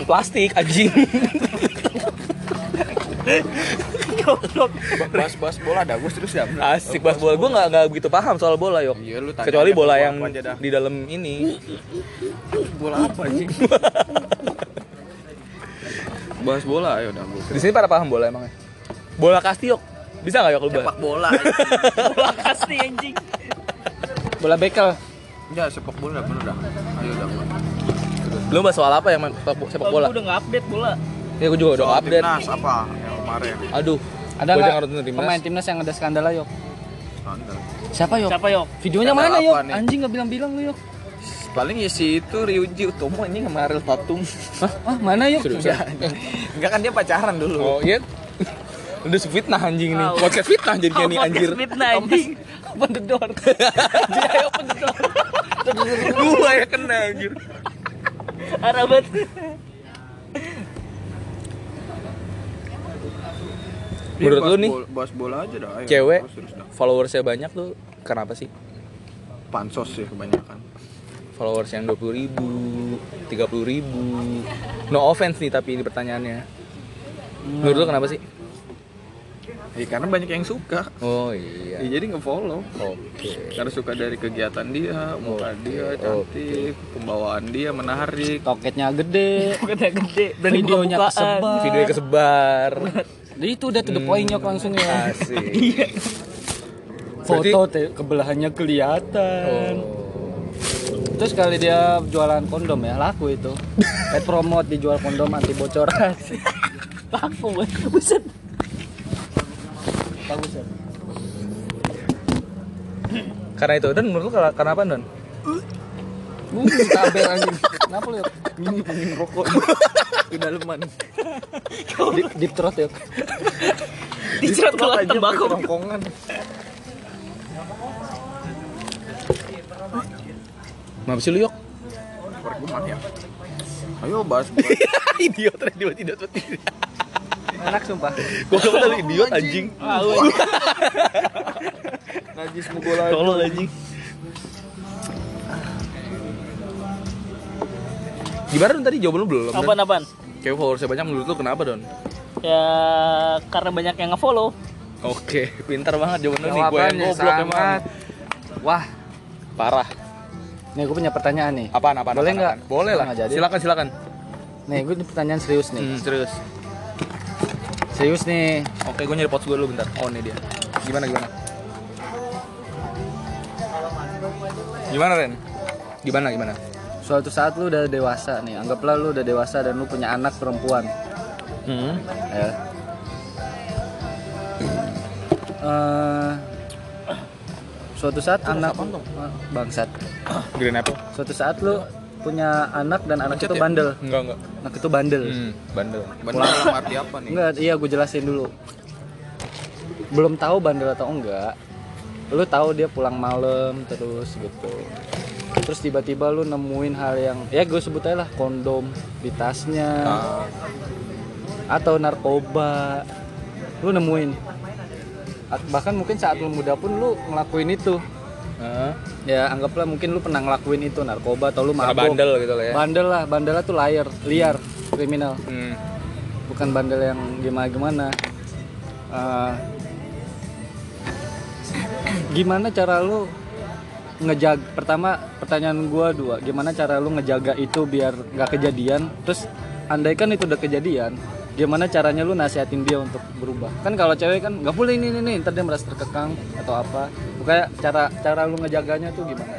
[SPEAKER 1] plastik anjing
[SPEAKER 4] Goblok.
[SPEAKER 3] bahas bahas bola ada Agus terus ya
[SPEAKER 1] asik bahas bola gue nggak nggak begitu paham soal bola yuk
[SPEAKER 3] Iya, lu tanya
[SPEAKER 1] kecuali
[SPEAKER 3] aja
[SPEAKER 1] bola
[SPEAKER 3] bola
[SPEAKER 1] yang
[SPEAKER 3] apa aja dah.
[SPEAKER 1] di dalam ini
[SPEAKER 3] bola apa sih bahas bola ayo udah
[SPEAKER 1] di sini pada paham bola emangnya bola kasti yuk bisa nggak ya yuk lu bahas?
[SPEAKER 3] bola
[SPEAKER 4] Bola kasti anjing.
[SPEAKER 2] Bola bekel.
[SPEAKER 3] ya sepak bola bener dah ayo udah
[SPEAKER 1] lu bahas soal apa yang main sepak bo- sepak
[SPEAKER 4] Kalau
[SPEAKER 1] bola
[SPEAKER 4] gua udah nggak update bola.
[SPEAKER 1] ya gue juga udah
[SPEAKER 3] Soal
[SPEAKER 1] update
[SPEAKER 3] timnas apa yang kemarin
[SPEAKER 1] aduh
[SPEAKER 2] Ada
[SPEAKER 1] gua
[SPEAKER 2] nggak
[SPEAKER 1] jangan nonton timnas.
[SPEAKER 2] pemain timnas yang ada skandal ayo?
[SPEAKER 3] Standar.
[SPEAKER 2] Siapa yuk?
[SPEAKER 4] Siapa yok?
[SPEAKER 2] Videonya
[SPEAKER 3] Skandal
[SPEAKER 2] mana
[SPEAKER 3] apa
[SPEAKER 2] yuk?
[SPEAKER 3] nih?
[SPEAKER 2] Anjing nggak bilang-bilang lu yuk.
[SPEAKER 3] paling ya si itu Ryuji Utomo ini sama Ariel Tatum
[SPEAKER 2] Hah? Ah, mana yuk?
[SPEAKER 1] Seriusan?
[SPEAKER 3] enggak kan dia pacaran dulu
[SPEAKER 1] oh iya udah fitnah anjing nih
[SPEAKER 4] Wow.
[SPEAKER 1] podcast fitnah jadinya nih
[SPEAKER 4] Podcast
[SPEAKER 1] anjir
[SPEAKER 4] Fitnah anjing.
[SPEAKER 2] Open the door.
[SPEAKER 4] Dia open the door.
[SPEAKER 1] gua ya kena anjir
[SPEAKER 4] Arah banget.
[SPEAKER 1] menurut lu nih
[SPEAKER 3] bahas bola aja dah ayo.
[SPEAKER 1] cewek
[SPEAKER 3] Bahas terus dah.
[SPEAKER 1] followersnya banyak tuh kenapa sih
[SPEAKER 3] pansos sih kebanyakan
[SPEAKER 1] followers yang 20 ribu, 30 ribu. No offense nih tapi ini pertanyaannya. Menurut lo kenapa sih?
[SPEAKER 3] ya karena banyak yang suka
[SPEAKER 1] Oh
[SPEAKER 3] ya,
[SPEAKER 1] iya.
[SPEAKER 3] jadi ngefollow
[SPEAKER 1] Oke.
[SPEAKER 3] karena suka dari kegiatan dia
[SPEAKER 1] Oh,
[SPEAKER 3] muka dia cantik pembawaan dia menarik
[SPEAKER 2] Toketnya gede.
[SPEAKER 4] Gede gede. Berani
[SPEAKER 2] Videonya
[SPEAKER 4] buka-bukaan.
[SPEAKER 2] kesebar.
[SPEAKER 1] Videonya kesebar.
[SPEAKER 2] Itu udah to the point yuk langsung ya.
[SPEAKER 1] Asik.
[SPEAKER 2] Foto te- kebelahannya kelihatan.
[SPEAKER 1] Oh.
[SPEAKER 2] Terus kali dia jualan kondom ya, laku itu. Pet promote dijual kondom anti bocoran.
[SPEAKER 4] Paku banget. Buset.
[SPEAKER 2] Bagus ya.
[SPEAKER 1] Karena itu dan menurut lo kela- kenapa Don?
[SPEAKER 2] Bu, tabel anjing. Kenapa lu? ya? Yuk?
[SPEAKER 3] ingin rokok di daleman
[SPEAKER 2] Deep, deep throat yuk.
[SPEAKER 4] Dicerat
[SPEAKER 3] Rokok
[SPEAKER 4] kalau
[SPEAKER 3] aja
[SPEAKER 4] tembakau.
[SPEAKER 3] pakai rongkongan
[SPEAKER 1] Kenapa sih lu yok?
[SPEAKER 3] perguman ya ayo bahas
[SPEAKER 1] idiot tiba idiot idiot.
[SPEAKER 2] Enak sumpah.
[SPEAKER 1] Gua kata lu idiot anjing.
[SPEAKER 3] najis mugola
[SPEAKER 4] Tolol anjing.
[SPEAKER 1] Gimana Don tadi jawaban lu belum? Don?
[SPEAKER 4] Apaan apaan?
[SPEAKER 1] Cewek followersnya banyak menurut lo kenapa Don?
[SPEAKER 4] Ya karena banyak yang nge-follow.
[SPEAKER 1] Oke, pintar banget jawaban lu nih. Gue yang
[SPEAKER 2] Jawabannya
[SPEAKER 1] goblok emang.
[SPEAKER 2] sangat. Wah,
[SPEAKER 1] Parah.
[SPEAKER 2] nih gue punya pertanyaan nih.
[SPEAKER 1] Apaan apaan?
[SPEAKER 2] Boleh
[SPEAKER 1] apaan,
[SPEAKER 2] nggak?
[SPEAKER 1] apaan? Boleh lah.
[SPEAKER 2] Nggak jadi.
[SPEAKER 1] Silakan silakan.
[SPEAKER 2] Nih gue pertanyaan serius nih.
[SPEAKER 1] Hmm, serius.
[SPEAKER 2] Serius nih.
[SPEAKER 1] Oke, gue nyari pouch gue dulu bentar. Oh, ini dia. Gimana gimana? Gimana Ren? Gimana gimana?
[SPEAKER 2] suatu saat lu udah dewasa nih anggaplah lu udah dewasa dan lu punya anak perempuan
[SPEAKER 3] Hmm.
[SPEAKER 2] ya Eh, suatu saat anak Ah, bangsat
[SPEAKER 1] Ah, Green apple.
[SPEAKER 2] suatu saat lu punya anak dan anak itu bandel
[SPEAKER 1] Enggak enggak.
[SPEAKER 2] anak itu bandel
[SPEAKER 1] Hmm, bandel.
[SPEAKER 3] Benar dalam arti apa nih?
[SPEAKER 2] Enggak, iya gue jelasin dulu. Belum tahu bandel atau enggak. Lu tahu dia pulang malam terus gitu. Terus tiba-tiba lu nemuin hal yang ya gue sebut aja lah kondom di tasnya
[SPEAKER 1] Ah,
[SPEAKER 2] atau narkoba. Lu nemuin. At- Bahkan mungkin saat lu muda pun lu ngelakuin itu.
[SPEAKER 1] ah.
[SPEAKER 2] Ya anggaplah mungkin lu pernah ngelakuin itu narkoba atau lu
[SPEAKER 1] Sama
[SPEAKER 2] mabok.
[SPEAKER 1] bandel gitu lah ya.
[SPEAKER 2] Bandel lah, bandel lah tuh liar, liar, kriminal.
[SPEAKER 1] Hmm.
[SPEAKER 2] bukan bandel yang Eh, gimana gimana gimana cara lu ngejag pertama pertanyaan gua dua gimana cara lu ngejaga itu biar nggak kejadian terus andaikan itu udah kejadian gimana caranya lu nasihatin dia untuk berubah kan kalau cewek kan nggak boleh ini ini ini ntar dia merasa terkekang atau apa bukannya cara cara lu ngejaganya tuh gimana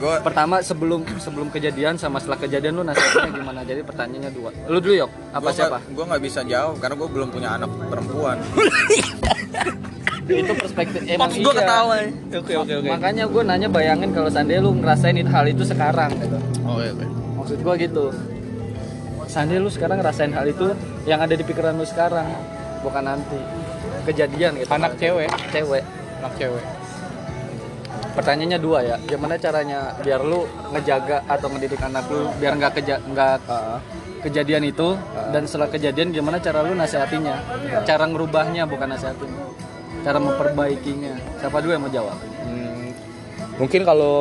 [SPEAKER 3] Gue
[SPEAKER 2] pertama sebelum sebelum kejadian sama setelah kejadian lu nasihatinnya gimana jadi pertanyaannya dua lu dulu yok apa siapa
[SPEAKER 3] Gue nggak bisa jawab karena gue belum punya anak perempuan.
[SPEAKER 2] itu perspektif emang
[SPEAKER 1] Gue
[SPEAKER 2] iya.
[SPEAKER 3] Oh,
[SPEAKER 1] ketawa. Oke oke oke.
[SPEAKER 2] makanya gue nanya bayangin kalau seandainya lu ngerasain itu- hal itu sekarang gitu
[SPEAKER 1] Oh,
[SPEAKER 3] Oke
[SPEAKER 1] iya,
[SPEAKER 3] oke.
[SPEAKER 2] maksud gue gitu seandainya lu sekarang ngerasain hal itu yang ada di pikiran lu sekarang bukan nanti kejadian gitu
[SPEAKER 1] Anak cewek.
[SPEAKER 2] cewek
[SPEAKER 1] Anak cewek.
[SPEAKER 2] pertanyaannya dua ya gimana caranya biar lu ngejaga atau mendidik anak lu biar nggak keja nggak kejadian itu dan setelah kejadian gimana cara lu nasihatinya
[SPEAKER 1] Iya.
[SPEAKER 2] cara ngerubahnya bukan nasihatin cara memperbaikinya siapa dulu yang mau jawab
[SPEAKER 1] Hmm, mungkin kalau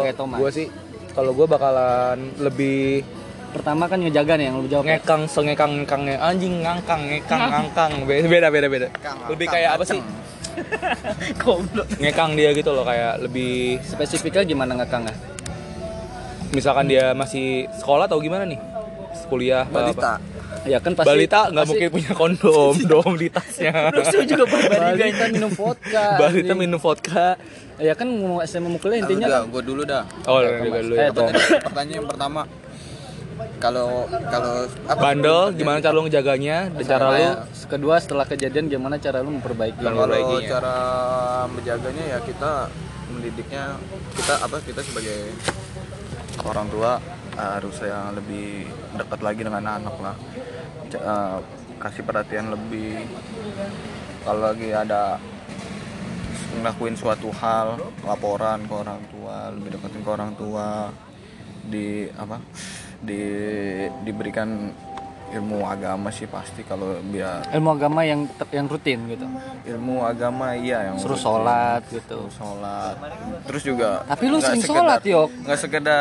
[SPEAKER 2] Pakai tomat.
[SPEAKER 1] gue sih kalau gue bakalan lebih
[SPEAKER 2] pertama kan ngejaga nih yang lu jawab
[SPEAKER 1] ngekang sengekang ngekangnya anjing ngangkang ngekang ngangkang Be- beda beda beda lebih kayak apa sih
[SPEAKER 4] Goblok.
[SPEAKER 1] ngekang dia gitu loh kayak lebih
[SPEAKER 2] spesifiknya gimana ngekang ya?
[SPEAKER 1] misalkan dia masih sekolah atau gimana nih kuliah apa- apa.
[SPEAKER 3] Balita.
[SPEAKER 2] Ya kan pasti
[SPEAKER 1] balita nggak
[SPEAKER 2] pasti-
[SPEAKER 1] mungkin punya kondom dom di tasnya
[SPEAKER 4] Itu juga
[SPEAKER 2] balita minum vodka.
[SPEAKER 1] balita
[SPEAKER 2] anjing.
[SPEAKER 1] minum vodka
[SPEAKER 2] Ya kan mau saya memukulnya intinya
[SPEAKER 3] Intinya
[SPEAKER 2] kan.
[SPEAKER 3] gue dulu dah.
[SPEAKER 1] oh juga dulu ya
[SPEAKER 2] Eh,
[SPEAKER 1] Apa?
[SPEAKER 3] Pertanyaan yang pertama. Kalau kalau apa?
[SPEAKER 1] bandel gimana cara lo ngejaganya dan cara
[SPEAKER 2] Lalu
[SPEAKER 1] lo
[SPEAKER 2] kan kedua setelah kejadian gimana cara lu
[SPEAKER 1] Bukan
[SPEAKER 2] memperbaiki?
[SPEAKER 3] Kalau
[SPEAKER 1] memperbaikinya.
[SPEAKER 3] cara menjaganya ya kita mendidiknya kita apa kita sebagai orang tua harus yang lebih dekat lagi dengan anak lah C- eh, kasih perhatian lebih kalau lagi ada ngelakuin suatu hal laporan ke orang tua lebih deketin ke orang tua di apa di diberikan ilmu agama sih pasti kalau biar
[SPEAKER 2] Ilmu agama yang ter- yang rutin gitu.
[SPEAKER 3] ilmu agama iya yang
[SPEAKER 2] Suruh
[SPEAKER 3] urus.
[SPEAKER 2] sholat gitu.
[SPEAKER 3] Suruh sholat terus juga
[SPEAKER 2] Tapi lu
[SPEAKER 3] nggak
[SPEAKER 2] sering
[SPEAKER 3] sekedar-
[SPEAKER 2] sholat, ya? Yok.
[SPEAKER 3] nggak sekedar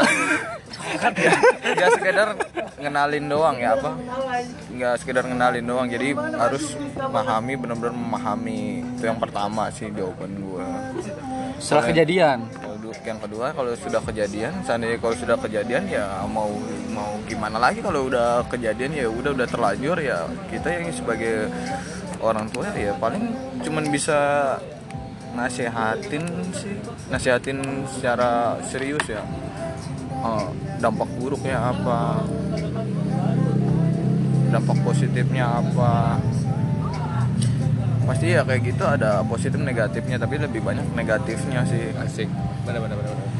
[SPEAKER 3] nggak sekedar ngenalin doang ya apa nggak sekedar ngenalin doang jadi harus memahami benar-benar memahami itu yang pertama sih jawaban gue
[SPEAKER 2] Setelah kejadian.
[SPEAKER 3] yang kedua kalau sudah kejadian seandainya kalau sudah kejadian ya mau mau gimana lagi kalau udah kejadian ya udah udah terlanjur ya kita yang sebagai orang tua ya paling cuman bisa nasehatin sih nasehatin secara serius ya Eh, dampak buruknya apa dampak positifnya apa pasti ya kayak gitu ada positif negatifnya tapi lebih banyak negatifnya sih
[SPEAKER 1] asik bener bener bener bener.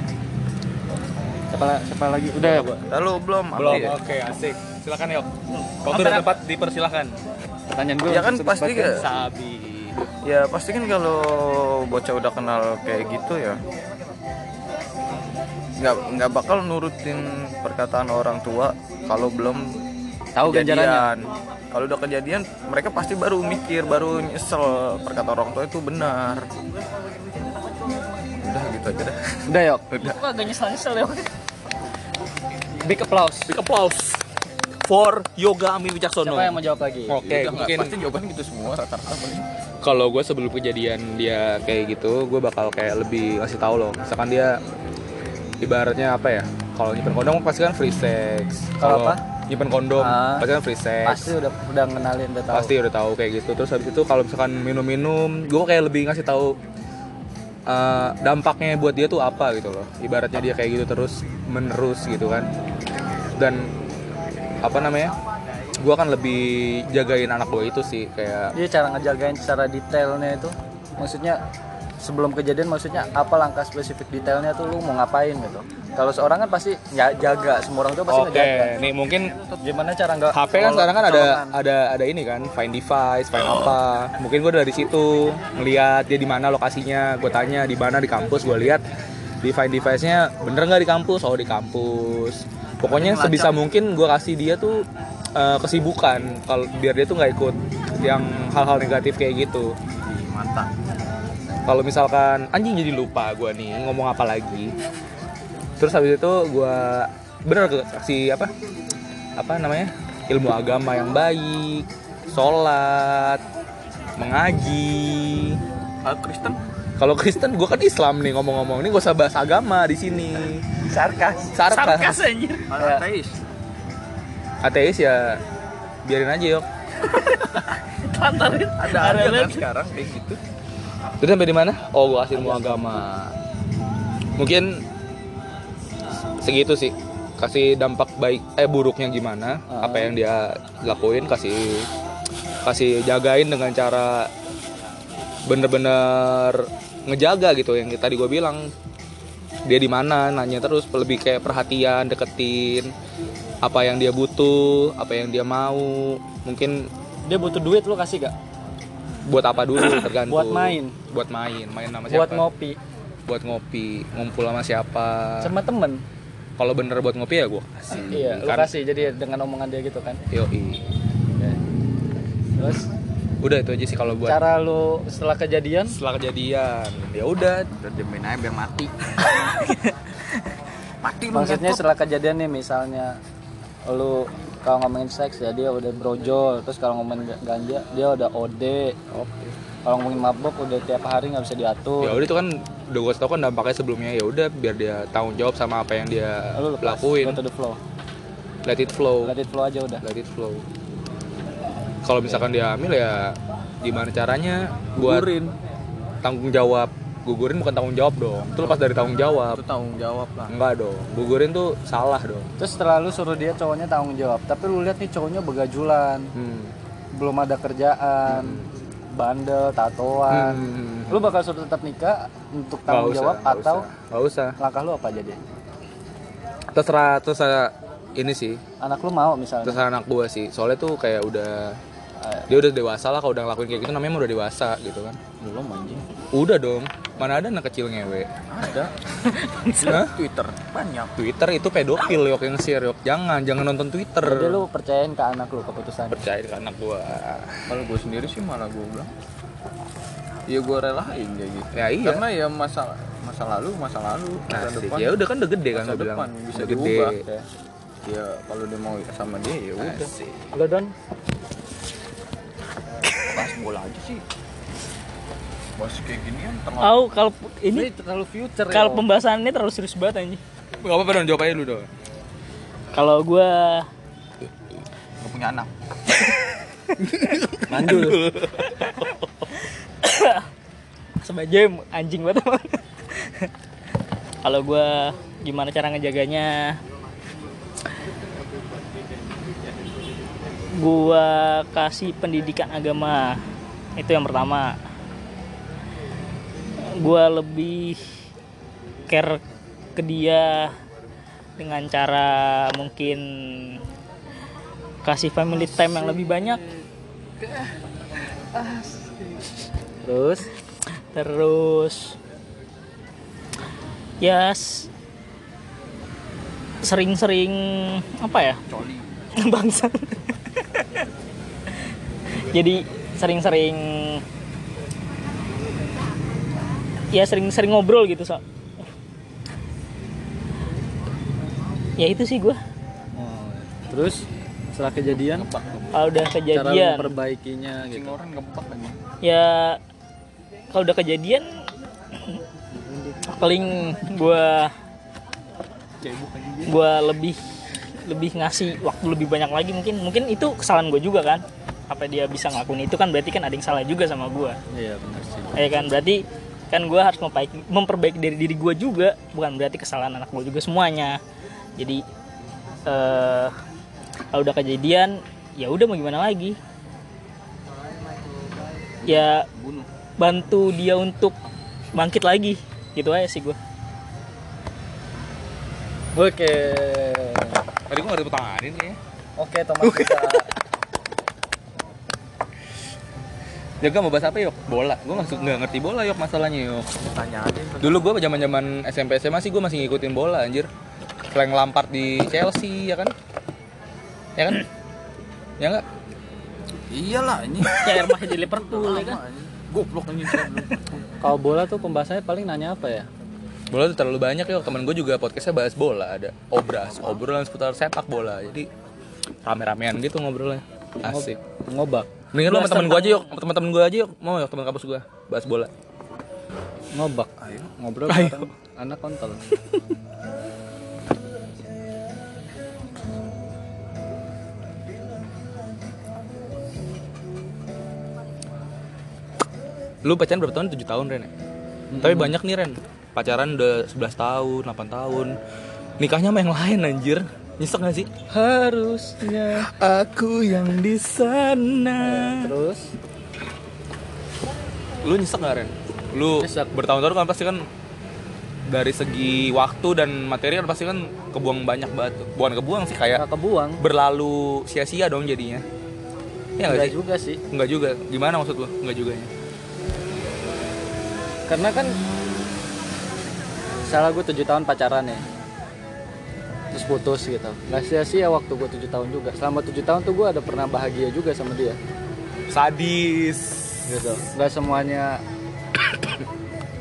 [SPEAKER 2] Siapa, siapa lagi? Udah
[SPEAKER 3] Iya,
[SPEAKER 2] ya, Bu?
[SPEAKER 3] Lalu belum, ya?
[SPEAKER 1] belum
[SPEAKER 3] Abdi?
[SPEAKER 1] oke asik silakan yuk waktu dan tempat dipersilahkan
[SPEAKER 2] Pertanyaan gue.
[SPEAKER 3] Ya kan pasti ke,
[SPEAKER 1] sabi
[SPEAKER 3] ya pasti kan kalau bocah udah kenal kayak gitu ya nggak nggak bakal nurutin perkataan orang tua kalau belum
[SPEAKER 2] Tahu ganjarannya.
[SPEAKER 3] kejadian. Kalau udah kejadian mereka pasti baru mikir, baru nyesel perkataan orang tua itu benar. Udah gitu aja dah.
[SPEAKER 2] Udah, Yok.
[SPEAKER 3] Udah.
[SPEAKER 4] Kok agak nyesel-nyesel ya?
[SPEAKER 2] Big applause.
[SPEAKER 1] big applause for Yoga Amin Wicaksono
[SPEAKER 2] Siapa yang mau jawab lagi?
[SPEAKER 1] Oke,
[SPEAKER 3] Udah, nggak,
[SPEAKER 1] mungkin
[SPEAKER 3] pasti jawaban gitu semua rata-rata.
[SPEAKER 1] kalau gue sebelum kejadian dia kayak gitu, gue bakal kayak lebih ngasih tahu loh. Misalkan dia ibaratnya apa ya? Kalau nyimpen kondom pasti kan free sex.
[SPEAKER 2] Kalau apa?
[SPEAKER 1] Nyimpen kondom
[SPEAKER 2] Ah.
[SPEAKER 1] pasti kan free sex.
[SPEAKER 2] Pasti udah udah ngenalin udah tahu.
[SPEAKER 1] Pasti udah tahu kayak gitu. Terus habis itu kalau misalkan minum-minum, gue kayak lebih ngasih tahu eh, dampaknya buat dia tuh apa gitu loh. Ibaratnya dia kayak gitu terus menerus gitu kan. dan apa namanya gue akan lebih jagain anak gue itu sih kayak
[SPEAKER 2] Dia cara ngejagain secara detailnya itu, maksudnya sebelum kejadian maksudnya apa langkah spesifik detailnya tuh lu mau ngapain gitu. Kalau seorang kan pasti nggak jaga, semua orang tuh pasti
[SPEAKER 1] oke
[SPEAKER 2] ngejaga.
[SPEAKER 1] nih mungkin
[SPEAKER 2] Gimana cara nggak
[SPEAKER 1] HP kan
[SPEAKER 2] colok-
[SPEAKER 1] sekarang kan ada
[SPEAKER 2] colongan?
[SPEAKER 1] ada ada ini kan find device, find apa. Mungkin gue dari situ ngeliat dia di mana lokasinya, gue tanya di mana di kampus, gue lihat di find device-nya bener nggak di kampus? Oh di kampus. Pokoknya sebisa mungkin gue kasih dia tuh eh, kesibukan kalau biar dia tuh nggak ikut yang hal-hal negatif kayak gitu.
[SPEAKER 3] Ih, mantap
[SPEAKER 1] Kalau misalkan anjing jadi lupa gue nih ngomong apa lagi. Terus habis itu gue bener ke kasih apa? Apa namanya? Ilmu agama yang baik, sholat, mengaji.
[SPEAKER 3] Kalau Kristen
[SPEAKER 1] Kalau Kristen gue kan Islam nih ngomong-ngomong. Ini gue usah bahas agama di sini.
[SPEAKER 3] sarkas
[SPEAKER 1] Sarkas.
[SPEAKER 4] anjir.
[SPEAKER 3] kalau
[SPEAKER 2] Ya.
[SPEAKER 3] ateis
[SPEAKER 1] Ateis ya biarin aja yuk.
[SPEAKER 4] Tantarin.
[SPEAKER 3] ada ada kan sekarang kayak gitu
[SPEAKER 1] Terus sampai di mana? Oh, gue kasih ilmu agama. Mungkin segitu sih. Kasih dampak baik eh buruknya gimana?
[SPEAKER 2] Ah.
[SPEAKER 1] Apa yang dia lakuin kasih kasih jagain dengan cara bener-bener ngejaga gitu yang tadi gue bilang dia di mana nanya terus lebih kayak perhatian deketin apa yang dia butuh apa yang dia mau mungkin
[SPEAKER 2] Dia butuh duit lu kasih gak?
[SPEAKER 1] buat apa dulu tergantung
[SPEAKER 2] Buat main.
[SPEAKER 1] buat main main sama siapa
[SPEAKER 2] Buat ngopi
[SPEAKER 1] buat ngopi ngumpul sama siapa
[SPEAKER 2] sama temen.
[SPEAKER 1] kalau bener buat ngopi ya gue kasih
[SPEAKER 2] Iya, lu
[SPEAKER 1] Karena-
[SPEAKER 2] kasih jadi dengan omongan dia gitu kan.
[SPEAKER 1] Yoi.
[SPEAKER 2] Terus
[SPEAKER 1] udah itu aja sih kalau buat
[SPEAKER 2] cara lu setelah kejadian
[SPEAKER 1] setelah kejadian ya udah
[SPEAKER 3] udah demen aja biar mati mati lu
[SPEAKER 2] Maksudnya
[SPEAKER 3] ngetot.
[SPEAKER 2] setelah kejadian nih misalnya lu kalau ngomongin seks ya dia udah brojol, terus kalau ngomongin ga- ganja dia udah OD. Kalau ngomongin mabok udah tiap hari nggak bisa
[SPEAKER 1] ya
[SPEAKER 2] diatur.
[SPEAKER 1] udah itu kan udah gue tau kan dampaknya sebelumnya ya udah biar dia tanggung jawab sama apa yang dia
[SPEAKER 2] Lu lepas,
[SPEAKER 1] lakuin
[SPEAKER 2] go to the flow.
[SPEAKER 1] let it flow
[SPEAKER 2] Let it flow aja udah.
[SPEAKER 1] let it flow kalau misalkan dia hamil ya gimana caranya buat
[SPEAKER 3] Gugurin.
[SPEAKER 1] tanggung jawab gugurin bukan tanggung jawab dong itu lepas dari tanggung jawab
[SPEAKER 3] itu tanggung jawab lah
[SPEAKER 1] enggak dong gugurin tuh salah dong
[SPEAKER 2] Terus setelah lu suruh dia cowoknya tanggung jawab, tapi lu lihat nih cowoknya begajulan,
[SPEAKER 1] hmm.
[SPEAKER 2] belum ada kerjaan, bandel, tatoan.
[SPEAKER 1] Hmm.
[SPEAKER 2] Lu bakal suruh tetap nikah untuk tanggung
[SPEAKER 1] Nggak usah,
[SPEAKER 2] jawab
[SPEAKER 1] nggak
[SPEAKER 2] atau
[SPEAKER 1] usah, nggak usah
[SPEAKER 2] langkah lu apa jadi?
[SPEAKER 1] terserah terserah ini sih
[SPEAKER 2] Anak lu mau misalnya.
[SPEAKER 1] terserah anak gua sih soalnya tuh kayak udah
[SPEAKER 2] Eh,
[SPEAKER 1] dia udah dewasa lah kalau udah ngelakuin kayak gitu namanya udah dewasa gitu kan
[SPEAKER 2] belum anjing.
[SPEAKER 1] udah dong mana ada anak kecil ngewe
[SPEAKER 3] ada
[SPEAKER 1] Hah?
[SPEAKER 3] Twitter banyak
[SPEAKER 1] Twitter itu pedofil yok yang share yok jangan jangan nonton Twitter
[SPEAKER 2] Jadi lu percayain ke anak lu keputusan.
[SPEAKER 1] percaya ke anak gua
[SPEAKER 3] kalau gue sendiri sih malah gue bilang ya gue relain kayak gitu
[SPEAKER 1] ya iya
[SPEAKER 3] karena ya masa masa lalu masa lalu masa
[SPEAKER 1] Asik.
[SPEAKER 3] depan
[SPEAKER 1] ya udah kan udah gede kan
[SPEAKER 3] masa
[SPEAKER 1] gua bilang
[SPEAKER 3] depan bisa
[SPEAKER 1] udah gede
[SPEAKER 3] diubah ya, ya kalau dia mau sama dia ya udah
[SPEAKER 2] Lu Don,
[SPEAKER 3] pas bola aja sih pas kayak gini kan tengah
[SPEAKER 4] Au kalau ini ya.
[SPEAKER 2] terlalu future
[SPEAKER 4] kalau pembahasan ini terlalu serius banget anjir.
[SPEAKER 1] nggak apa-apa dong jawab aja dulu dong
[SPEAKER 4] Kalau gua
[SPEAKER 3] gak punya anak
[SPEAKER 2] mandul.
[SPEAKER 4] sebagai anjing banget emang. Kalau gua gimana cara ngejaganya? Gua kasih pendidikan agama. Itu yang pertama. Gua lebih care ke dia dengan cara mungkin kasih family time yang lebih banyak.
[SPEAKER 2] Terus
[SPEAKER 4] terus ya s- sering-sering apa ya
[SPEAKER 3] coli
[SPEAKER 4] bangsa jadi sering-sering ya sering-sering ngobrol gitu so ya itu sih gua
[SPEAKER 1] Hmm.
[SPEAKER 2] oh, terus setelah kejadian apa?
[SPEAKER 4] kalau udah
[SPEAKER 2] Cara lu
[SPEAKER 4] kejadian
[SPEAKER 2] memperbaikinya gitu.
[SPEAKER 3] Cing orang ngebak aja
[SPEAKER 4] ya kalau udah kejadian paling gua gua lebih lebih ngasih waktu lebih banyak lagi mungkin mungkin itu kesalahan gue juga kan apa dia bisa ngelakuin itu kan berarti kan ada yang salah juga sama gua
[SPEAKER 2] Iya benar sih.
[SPEAKER 4] ya kan berarti kan gua harus memperbaiki, memperbaiki dari diri gua juga bukan berarti kesalahan anak gue juga semuanya jadi eh, kalau udah kejadian ya udah mau gimana lagi ya bantu dia untuk bangkit lagi gitu aja sih gue
[SPEAKER 2] Oke.
[SPEAKER 1] Tadi gua gak dipertahanin ya.
[SPEAKER 2] Oke, teman kita.
[SPEAKER 1] Jaga Ya, mau bahas apa yuk? Bola. Gua nggak su- nggak ngerti bola yuk masalahnya yuk.
[SPEAKER 3] Tanya aja.
[SPEAKER 1] Dulu gua zaman zaman SMP SMA sih gua masih ngikutin bola anjir. Frank Lampard di Chelsea ya kan? Ya kan? Ya nggak?
[SPEAKER 3] Iyalah ini.
[SPEAKER 4] ya rumahnya di Liverpool ya kan
[SPEAKER 3] Goblok ini.
[SPEAKER 2] Kalau bola tuh pembahasannya paling nanya apa ya?
[SPEAKER 1] Bola tuh terlalu banyak yuk. Temen gua juga podcastnya bahas bola ada. Obras, obrolan seputar sepak bola. Jadi rame-ramean gitu ngobrolnya. Asik.
[SPEAKER 2] Ngobak.
[SPEAKER 1] Mendingan lu sama temen gua aja yuk, sama temen-temen gua aja yuk. Mau yuk temen kampus gua bahas bola.
[SPEAKER 2] Ngobak.
[SPEAKER 3] Ayo.
[SPEAKER 2] Ngobrol bareng anak kontol.
[SPEAKER 1] Lu pacaran berapa tahun? 7 tahun, Ren. ya? Tapi banyak nih, Ren. Pacaran udah 11 tahun, 8 tahun. Nikahnya sama yang lain anjir. Nyesek gak sih?
[SPEAKER 2] Harusnya.
[SPEAKER 1] Aku yang di sana.
[SPEAKER 2] Terus
[SPEAKER 1] Lu nyesek gak, Ren? Lu
[SPEAKER 2] Nyesek.
[SPEAKER 1] bertahun-tahun kan pasti kan dari segi waktu dan materi kan pasti kan kebuang banyak banget. tuh. Bukan kebuang sih kayak
[SPEAKER 2] nggak kebuang.
[SPEAKER 1] berlalu sia-sia dong jadinya. Ya
[SPEAKER 2] Enggak
[SPEAKER 1] gak sih?
[SPEAKER 2] juga sih.
[SPEAKER 1] Enggak juga. Gimana maksud lu? Enggak juga ya.
[SPEAKER 2] Karena kan salah gue 7 tahun pacaran ya. Terus putus gitu. Gak sia-sia waktu gue 7 tahun juga. Selama 7 tahun tuh gue ada pernah bahagia juga sama dia.
[SPEAKER 1] Sadis.
[SPEAKER 2] Gitu. Gak semuanya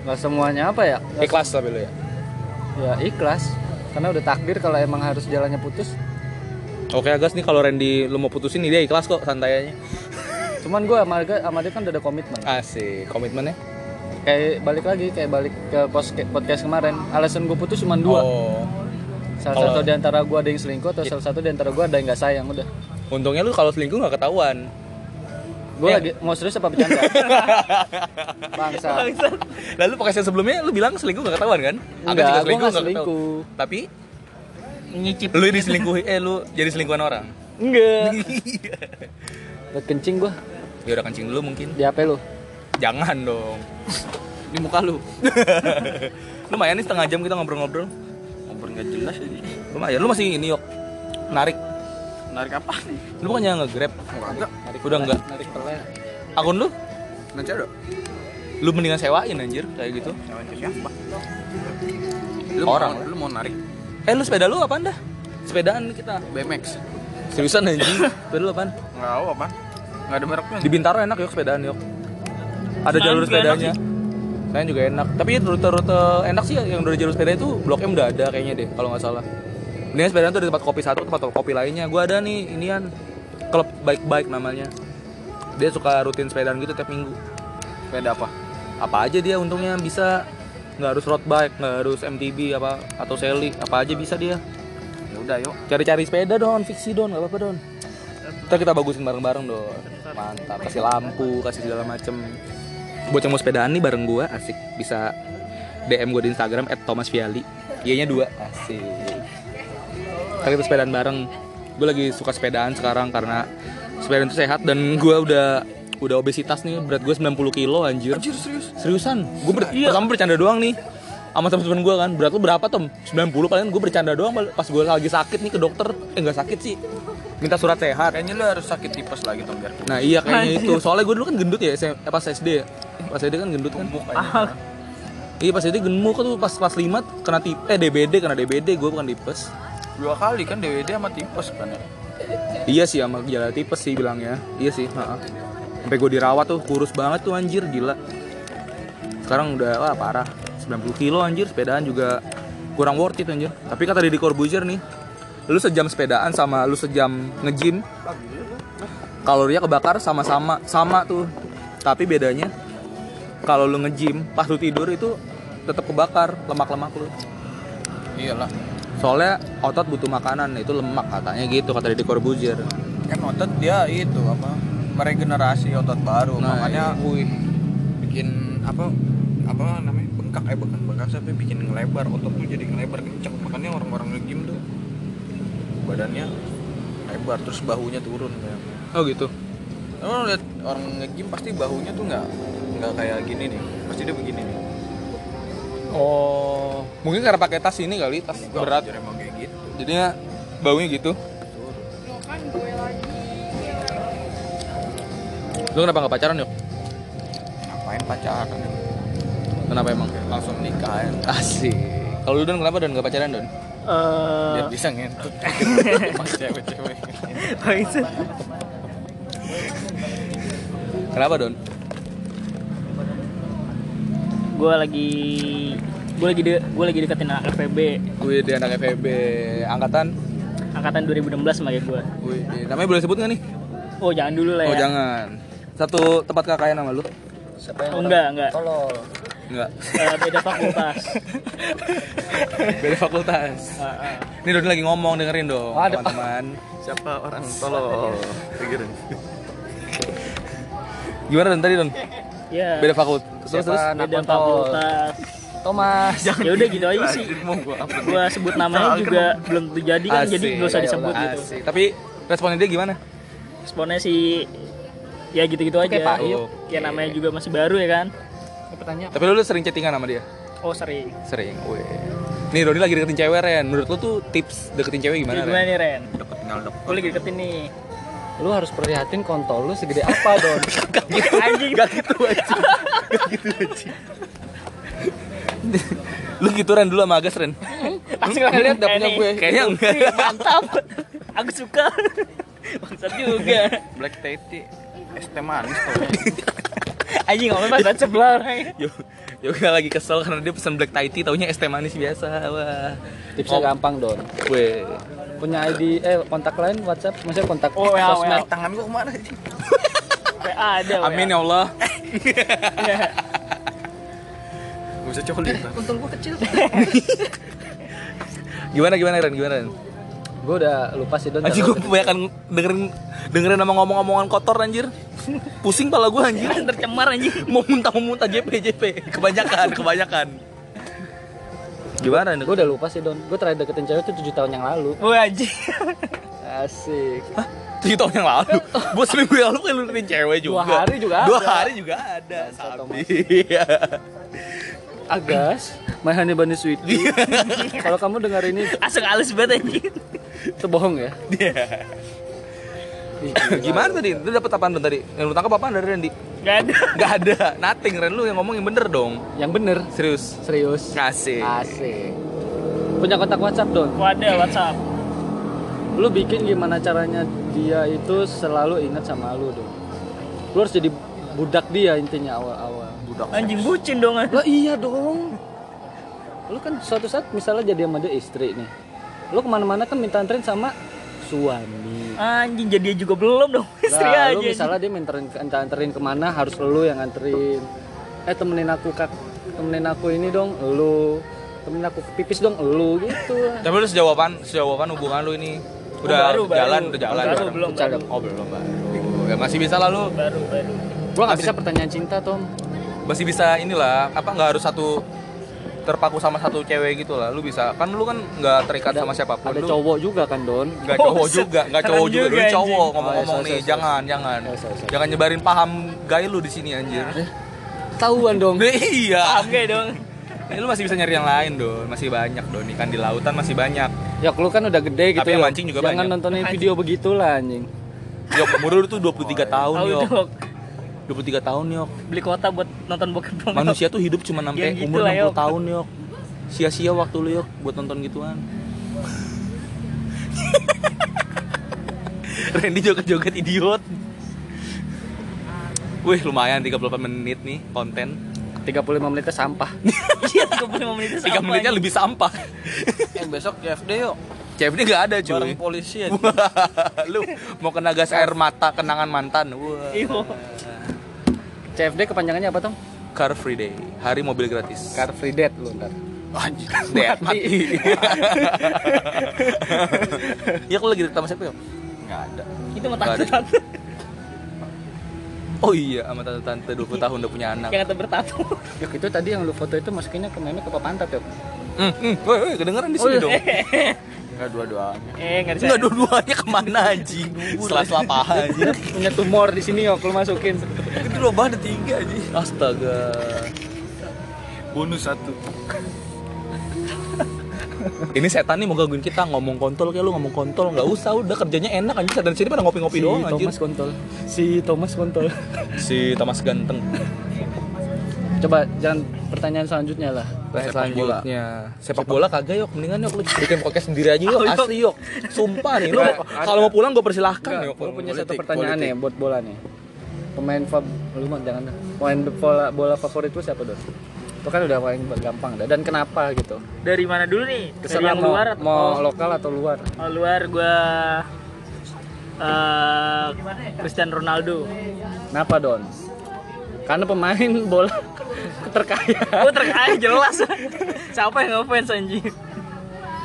[SPEAKER 2] Gak semuanya apa ya? Nggak
[SPEAKER 1] Ikhlas tapi lu ya.
[SPEAKER 2] ya ikhlas karena udah takdir kalau emang harus jalannya putus
[SPEAKER 1] Oke Agas nih kalau Randy lu mau putusin nih dia ikhlas kok santai aja.
[SPEAKER 2] cuman gue sama, dia- sama dia kan udah ada komitmen
[SPEAKER 1] Asik, komitmennya?
[SPEAKER 2] kayak balik lagi kayak balik ke pos- podcast kemarin alasan gue putus cuma dua
[SPEAKER 1] Oh.
[SPEAKER 2] salah
[SPEAKER 1] kalau-
[SPEAKER 2] satu di antara gue ada yang selingkuh atau salah satu di antara gue ada yang nggak sayang udah
[SPEAKER 1] Untungnya lu kalau selingkuh nggak ketahuan.
[SPEAKER 2] gue
[SPEAKER 1] Eh.
[SPEAKER 2] lagi mau serius apa bercanda bangsa
[SPEAKER 1] Lalu pakai yang sebelumnya lu bilang selingkuh nggak ketahuan kan?
[SPEAKER 2] Enggak, gua nggak
[SPEAKER 1] nggak
[SPEAKER 2] selingkuh.
[SPEAKER 1] ketahuan. Tapi
[SPEAKER 4] nyicip
[SPEAKER 1] lu diselingkuhi eh lu jadi selingkuhan orang.
[SPEAKER 4] enggak
[SPEAKER 2] udah kencing gue
[SPEAKER 1] ya udah kencing dulu mungkin.
[SPEAKER 2] di hp lu
[SPEAKER 1] Jangan dong.
[SPEAKER 3] Di muka lu.
[SPEAKER 1] Lumayan nih setengah jam kita ngobrol-ngobrol.
[SPEAKER 3] Ngobrol nggak jelas ini.
[SPEAKER 1] Lumayan. Lu masih ini yok. Narik.
[SPEAKER 3] Narik apa nih?
[SPEAKER 1] Lu bukannya nge-grab.
[SPEAKER 3] Enggak.
[SPEAKER 1] Udah enggak.
[SPEAKER 2] narik pele
[SPEAKER 1] Akun lu?
[SPEAKER 3] Nanti ada.
[SPEAKER 1] Lu mendingan sewain anjir kayak gitu.
[SPEAKER 3] Jangan ke siapa? Lu
[SPEAKER 1] Orang.
[SPEAKER 3] Mau, lu mau narik
[SPEAKER 1] Eh lu sepeda lu apaan dah? Sepedaan kita.
[SPEAKER 3] BMX?
[SPEAKER 1] Seriusan anjing. sepeda lu apaan?
[SPEAKER 3] Enggak tahu apa. Enggak ada mereknya.
[SPEAKER 1] Di Bintaro enak yuk sepedaan yuk. Ada
[SPEAKER 4] Senayan
[SPEAKER 1] jalur
[SPEAKER 4] juga enak
[SPEAKER 1] sepedanya. Saya juga enak. Tapi rute-rute enak sih yang dari jalur sepeda itu Blok M udah ada kayaknya deh kalau nggak salah. Mendingan sepedaan tuh di tempat kopi satu, tempat kopi lainnya. Gua ada nih inian klub bike-bike namanya. Dia suka rutin sepedaan gitu tiap minggu.
[SPEAKER 3] Sepeda apa?
[SPEAKER 1] Apa aja dia untungnya bisa nggak harus road bike, nggak harus MTB apa atau sailing, apa aja bisa dia.
[SPEAKER 3] Ya udah yuk.
[SPEAKER 1] Cari-cari sepeda don, fiksi don, nggak apa-apa don. Ntar kita bagusin bareng-bareng don. Mantap, kasih lampu, kasih segala macem. Buat yang mau sepedaan nih bareng gua, asik. Bisa DM gua di Instagram @thomasviali. Iya nya dua, asik. Ntar kita sepedaan bareng. Gue lagi suka sepedaan sekarang karena sepedaan itu sehat dan gua udah udah obesitas nih berat gue 90 kilo anjir
[SPEAKER 3] Anjir serius. Iya.
[SPEAKER 1] seriusan gue ber- pertama bercanda doang nih sama teman-teman gue kan berat lu berapa tem 90 paling gue bercanda doang pas gue lagi sakit nih ke dokter eh nggak sakit sih minta surat sehat
[SPEAKER 3] Kayaknya lu harus sakit tipes lagi tuh biar
[SPEAKER 1] nah iya kayaknya itu soalnya gue dulu kan gendut ya SM, eh, pas SD ya pas SD kan gendut kan
[SPEAKER 3] gemuk aja.
[SPEAKER 1] iya pas SD gemuk tuh pas kelas 5 kena tip eh DBD kena DBD gue bukan tipes
[SPEAKER 3] Dua kali kan DWD sama tipes kan ya.
[SPEAKER 1] iya sih sama gejala tipes sih bilangnya iya sih ha-ha. sampai gue dirawat tuh kurus banget tuh anjir gila sekarang udah wah parah 90 kilo anjir sepedaan juga kurang worth it anjir tapi kata Deddy Corbuzier nih lu sejam sepedaan sama lu sejam nge-gym kalorinya kebakar sama-sama sama tuh tapi bedanya kalau lu nge-gym pas lu tidur itu tetap kebakar lemak-lemak lu
[SPEAKER 3] Iyalah.
[SPEAKER 1] soalnya otot butuh makanan nah itu lemak katanya gitu kata Deddy Corbuzier
[SPEAKER 3] Kan otot dia itu apa? Meregenerasi otot baru.
[SPEAKER 1] Nah,
[SPEAKER 3] Makanya bikin apa apa namanya bengkak eh bekas bekas tapi bikin ngelebar otot lu jadi ngelebar kenceng makanya orang-orang nge-gym tuh badannya lebar terus bahunya turun kayak
[SPEAKER 1] Oh gitu.
[SPEAKER 3] Emang lihat orang nge-gym pasti bahunya tuh nggak nggak kayak gini nih. Pasti dia begini nih.
[SPEAKER 1] Oh, mungkin karena pakai tas ini kali, tas berat.
[SPEAKER 3] Jadi emang kayak gitu.
[SPEAKER 1] Jadinya baunya gitu. Lu kenapa nggak pacaran yuk?
[SPEAKER 3] Ngapain pacaran?
[SPEAKER 1] Kenapa emang?
[SPEAKER 3] Langsung nikah ya.
[SPEAKER 1] Asik. Kalau lu Don kenapa Don nggak pacaran Don?
[SPEAKER 4] Eh,
[SPEAKER 3] Biar bisa ngentut. Emang cewek-cewek.
[SPEAKER 4] apa itu?
[SPEAKER 1] Kenapa Don?
[SPEAKER 4] gue lagi gue lagi de, gue lagi deketin anak FPB
[SPEAKER 1] Gue di anak FEB angkatan.
[SPEAKER 4] angkatan 2016 sebagai gue.
[SPEAKER 1] Gue di- namanya boleh sebut nggak nih?
[SPEAKER 4] Oh jangan dulu lah ya.
[SPEAKER 1] Oh jangan. Satu tempat kakaknya nama lu?
[SPEAKER 5] Siapa yang
[SPEAKER 4] Oh, enggak enggak.
[SPEAKER 5] tolol?
[SPEAKER 1] Enggak.
[SPEAKER 4] Eh, beda fakultas.
[SPEAKER 1] Beda fakultas.
[SPEAKER 4] Eh, eh.
[SPEAKER 1] Ini Don lagi ngomong dengerin dong,
[SPEAKER 2] Ada.
[SPEAKER 1] teman-teman.
[SPEAKER 3] Siapa orang tolol? Pikirin.
[SPEAKER 1] Gimana Don tadi Don?
[SPEAKER 4] Ya.
[SPEAKER 1] Beda fakultas. Terus terus.
[SPEAKER 5] Siapa anak
[SPEAKER 4] beda
[SPEAKER 5] kontol?
[SPEAKER 4] fakultas.
[SPEAKER 5] Thomas.
[SPEAKER 4] Ya udah gitu aja sih.
[SPEAKER 3] Mau gua apa?
[SPEAKER 4] Gue sebut namanya juga belum tentu jadi kan jadi
[SPEAKER 1] Asik.
[SPEAKER 4] gak usah disebut gitu.
[SPEAKER 1] Asik. Tapi responnya dia gimana?
[SPEAKER 4] Responnya sih ya gitu-gitu aja.
[SPEAKER 5] Pak, yuk.
[SPEAKER 4] Ya namanya juga masih baru ya kan.
[SPEAKER 5] Pertanyaan.
[SPEAKER 1] Tapi lu, lu sering chattingan sama dia?
[SPEAKER 4] Oh sering.
[SPEAKER 1] Sering. Weh. Nih Doni lagi deketin cewek Ren. Menurut lu tuh tips deketin cewek
[SPEAKER 4] Jadi
[SPEAKER 1] gimana
[SPEAKER 4] gimana
[SPEAKER 1] Ren?
[SPEAKER 4] nih Ren?
[SPEAKER 3] Deket tinggal deket.
[SPEAKER 4] Gue lagi deketin nih.
[SPEAKER 5] Lu harus perlihatin kontol lu segede apa, Don?
[SPEAKER 4] Anjing.
[SPEAKER 1] Gak gitu aja. lu gitu Ren dulu sama Agas Ren.
[SPEAKER 4] Asik lah lihat
[SPEAKER 5] Lihat dah punya gue.
[SPEAKER 1] Kayaknya Iya, enggak.
[SPEAKER 4] Wih, mantap aku suka bangsat juga
[SPEAKER 3] Black Tati. Es teh manis tuh.
[SPEAKER 4] anjing ngomong pas baca sebelah orangnya.
[SPEAKER 1] Yo, Yoga lagi kesel karena dia pesan black tie tea taunya es teh manis biasa. Wah.
[SPEAKER 2] Tipsnya
[SPEAKER 1] Oh.
[SPEAKER 2] gampang, Don.
[SPEAKER 1] Weh.
[SPEAKER 2] Punya ID eh kontak lain WhatsApp, maksudnya kontak
[SPEAKER 4] Oh, ya,
[SPEAKER 2] sosmed.
[SPEAKER 4] ya.
[SPEAKER 3] Tangan gua kemana sih?
[SPEAKER 4] WA ada WA.
[SPEAKER 1] Amin ya Allah.
[SPEAKER 3] Gak bisa colek.
[SPEAKER 5] Kontol gua kecil.
[SPEAKER 1] Gimana gimana Ren? Gimana Ren?
[SPEAKER 2] Gue udah lupa sih, Don.
[SPEAKER 1] Anjir gue kebanyakan dengerin dengerin sama ngomong-ngomongan kotor anjir. Pusing pala gue anjir.
[SPEAKER 4] tercemar anjing
[SPEAKER 1] Mau muntah mau muntah JP JP. Kebanyakan kebanyakan. Gimana Ren?
[SPEAKER 2] Gue udah lupa sih, Don. Gue terakhir deketin cewek itu 7 tahun yang lalu.
[SPEAKER 4] Wah Oh, anjing
[SPEAKER 2] Asik.
[SPEAKER 1] Hah? Tujuh tahun yang lalu? Gue seminggu yang lalu kan lu deketin cewek juga
[SPEAKER 2] Dua hari juga
[SPEAKER 1] Dua
[SPEAKER 2] ada.
[SPEAKER 1] hari juga ada Iya. Sabi
[SPEAKER 2] Agas, My Honey Bunny Sweetie.
[SPEAKER 4] Iya.
[SPEAKER 2] Kalau kamu dengar ini
[SPEAKER 4] asal halus banget anjing
[SPEAKER 2] itu bohong ya?
[SPEAKER 4] Iya.
[SPEAKER 2] Ih, gila.
[SPEAKER 1] Gimana tadi? Lu dapet apaan Ren, tadi? Yang lu tangkap apaan dari Randy?
[SPEAKER 4] gak ada
[SPEAKER 1] Gak ada Nothing Ren lu yang ngomong yang bener dong
[SPEAKER 2] Yang bener,
[SPEAKER 1] Serius
[SPEAKER 2] serius.
[SPEAKER 1] Kasih
[SPEAKER 2] Asik. Punya kontak WhatsApp, Don.
[SPEAKER 4] Wah ada WhatsApp
[SPEAKER 2] Lu bikin gimana caranya dia itu selalu ingat sama lu, Don. Lu harus jadi budak dia intinya awal-awal.
[SPEAKER 3] Budak.
[SPEAKER 4] anjing bucin dong ah.
[SPEAKER 2] Lah iya dong. Lu kan suatu saat misalnya jadi sama dia istri nih. Lu kemana-mana kan minta anterin sama suami.
[SPEAKER 4] anjing jadi dia juga belum dong istri
[SPEAKER 2] Nah,
[SPEAKER 4] aja
[SPEAKER 2] lu
[SPEAKER 4] anjing.
[SPEAKER 2] misalnya dia minterin, minta anterin kemana harus lu yang anterin. Eh temenin aku kak, temenin aku ini dong, lu temenin aku ke pipis dong, lu gitu.
[SPEAKER 1] Tapi lu sejauh apaan? Sejauh apaan hubungan lu ini?
[SPEAKER 4] Oh,
[SPEAKER 1] Udah
[SPEAKER 4] baru,
[SPEAKER 1] jalan,
[SPEAKER 4] baru.
[SPEAKER 1] udah jalan
[SPEAKER 4] baru belum baru
[SPEAKER 1] Oh belum baru Ya masih bisa lah lu
[SPEAKER 4] baru baru
[SPEAKER 2] Gua nggak bisa pertanyaan cinta Tom.
[SPEAKER 1] masih bisa inilah apa nggak harus satu terpaku sama satu cewek gitu lah lu bisa kan lu kan nggak terikat sama siapapun
[SPEAKER 2] Ada
[SPEAKER 1] lu
[SPEAKER 2] cowok juga kan Don.
[SPEAKER 1] nggak cowok
[SPEAKER 4] Oh, set.
[SPEAKER 1] juga nggak cowok
[SPEAKER 4] Keren
[SPEAKER 1] juga
[SPEAKER 4] juga,
[SPEAKER 1] lu cowok
[SPEAKER 4] anjing.
[SPEAKER 1] ngomong-ngomong
[SPEAKER 2] Oh, iya,
[SPEAKER 1] nih
[SPEAKER 2] sorry, sorry,
[SPEAKER 1] jangan jangan
[SPEAKER 2] Sorry, sorry, Nah, sorry.
[SPEAKER 1] jangan nyebarin paham gay lu di sini anjir
[SPEAKER 2] Tahuan dong.
[SPEAKER 1] Eh, iya
[SPEAKER 4] oke dong
[SPEAKER 1] Eh, lu masih bisa nyari yang lain don masih banyak don ikan di lautan masih banyak
[SPEAKER 2] Ya lu kan udah gede gitu.
[SPEAKER 1] Tapi yang
[SPEAKER 2] Yon.
[SPEAKER 1] mancing juga
[SPEAKER 2] Jangan
[SPEAKER 1] banyak.
[SPEAKER 2] nontonin video begitulah anjing.
[SPEAKER 1] yok umur lu tuh
[SPEAKER 2] Oh,
[SPEAKER 1] 23
[SPEAKER 2] iya.
[SPEAKER 1] tahun
[SPEAKER 4] tahu
[SPEAKER 1] yok
[SPEAKER 4] dong
[SPEAKER 1] 23 tahun yok
[SPEAKER 4] beli kuota buat nonton bokep dong
[SPEAKER 1] manusia tuh hidup cuma sampai
[SPEAKER 4] Yang gitu
[SPEAKER 1] umur
[SPEAKER 4] lah,
[SPEAKER 1] 60
[SPEAKER 4] Yok.
[SPEAKER 1] tahun yok sia-sia waktu lu yok buat nonton gituan Randy joget-joget idiot Wih lumayan 38 menit nih konten
[SPEAKER 2] 35 menitnya sampah.
[SPEAKER 4] iya 35 menit
[SPEAKER 1] 3 menitnya lebih sampah
[SPEAKER 3] Eh besok CFD yuk.
[SPEAKER 1] CFD gak ada cuy
[SPEAKER 3] Bareng polisi ya.
[SPEAKER 1] Wah, Lu mau kena gas air mata kenangan mantan Wah.
[SPEAKER 4] Iya.
[SPEAKER 2] CFD kepanjangannya apa Tom?
[SPEAKER 1] Car Free Day Hari mobil gratis
[SPEAKER 2] Car Free Dead lu ntar.
[SPEAKER 1] Anjir, Dead, mati. ya kalau lagi deket sama siapa ya?
[SPEAKER 3] Enggak ada.
[SPEAKER 4] itu mah
[SPEAKER 1] Nggak ada.
[SPEAKER 4] tante-tante
[SPEAKER 1] Oh iya, sama tante-tante 20 tahun udah punya anak.
[SPEAKER 4] yang kata bertato
[SPEAKER 2] Yuk Ya, itu tadi yang lu foto itu masukinnya ke meme ke papan pantat yuk.
[SPEAKER 1] Oh, Hmm, hmm, woi, woi, kedengeran di sini dong.
[SPEAKER 3] Enggak dua-duanya.
[SPEAKER 4] Eh, nggak
[SPEAKER 1] Enggak
[SPEAKER 4] bisa.
[SPEAKER 1] dua-duanya kemana anjing? Setelah-setelah paha anjing.
[SPEAKER 2] punya tumor di sini yo kalau masukin
[SPEAKER 1] Itu dua bahan ada tiga anjing. Astaga.
[SPEAKER 3] Bonus satu.
[SPEAKER 1] Ini setan nih mau gangguin kita ngomong kontol kayak lu ngomong kontol nggak usah udah kerjanya enak anjing setan sini pada ngopi-ngopi
[SPEAKER 2] si
[SPEAKER 1] doang anjing.
[SPEAKER 2] Thomas kontol si Thomas kontol
[SPEAKER 1] Si Thomas ganteng.
[SPEAKER 2] coba jangan pertanyaan selanjutnya lah
[SPEAKER 1] Sepak
[SPEAKER 3] Sepak bola.
[SPEAKER 1] Selanjutnya sepak bola kagak yuk mendingan yuk lu bikin podcast sendiri aja yuk asli yuk sumpah nih lu kalau mau pulang gue persilahkan yuk
[SPEAKER 2] Gue punya satu
[SPEAKER 3] politik,
[SPEAKER 2] pertanyaan
[SPEAKER 3] politik.
[SPEAKER 2] nih buat bola nih. Pemain fab lu mah jangan dah. Pemain bola bola favorit lu siapa, Don? Itu kan udah paling gampang dah. Dan kenapa gitu?
[SPEAKER 4] Dari mana dulu nih? Dari
[SPEAKER 2] Terserah
[SPEAKER 4] yang
[SPEAKER 2] mau,
[SPEAKER 4] luar atau
[SPEAKER 2] mau lokal atau luar?
[SPEAKER 4] Kalau luar gua eh Cristiano Ronaldo.
[SPEAKER 2] Kenapa, Don? Karena pemain bola terkaya.
[SPEAKER 4] Gua terkaya jelas. Siapa yang ngefans anjing?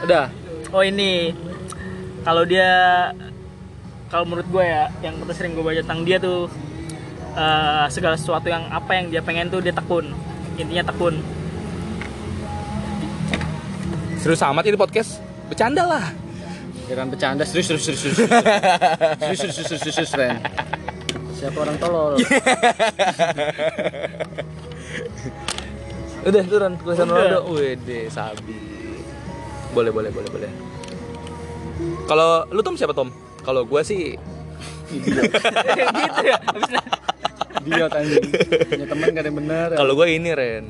[SPEAKER 2] Udah.
[SPEAKER 4] Oh ini kalau dia kalau menurut gue ya yang sering gue baca tentang dia tuh eh, segala sesuatu yang apa yang dia pengen tuh dia tekun intinya tekun
[SPEAKER 1] serius amat ini podcast bercanda lah
[SPEAKER 2] Jangan bercanda, serius serius serius serius. Serius serius serius serius, serius, Ren. Siapa orang tolol?
[SPEAKER 1] udah turun tulisan
[SPEAKER 4] Udah.
[SPEAKER 1] Ronaldo wede sabi boleh boleh boleh boleh kalau lu Tom siapa Tom kalau gue sih
[SPEAKER 4] gitu ya Habis itu,
[SPEAKER 2] Idiot anjing. Punya teman gak ada yang bener. ya.
[SPEAKER 1] kalau gue ini Ren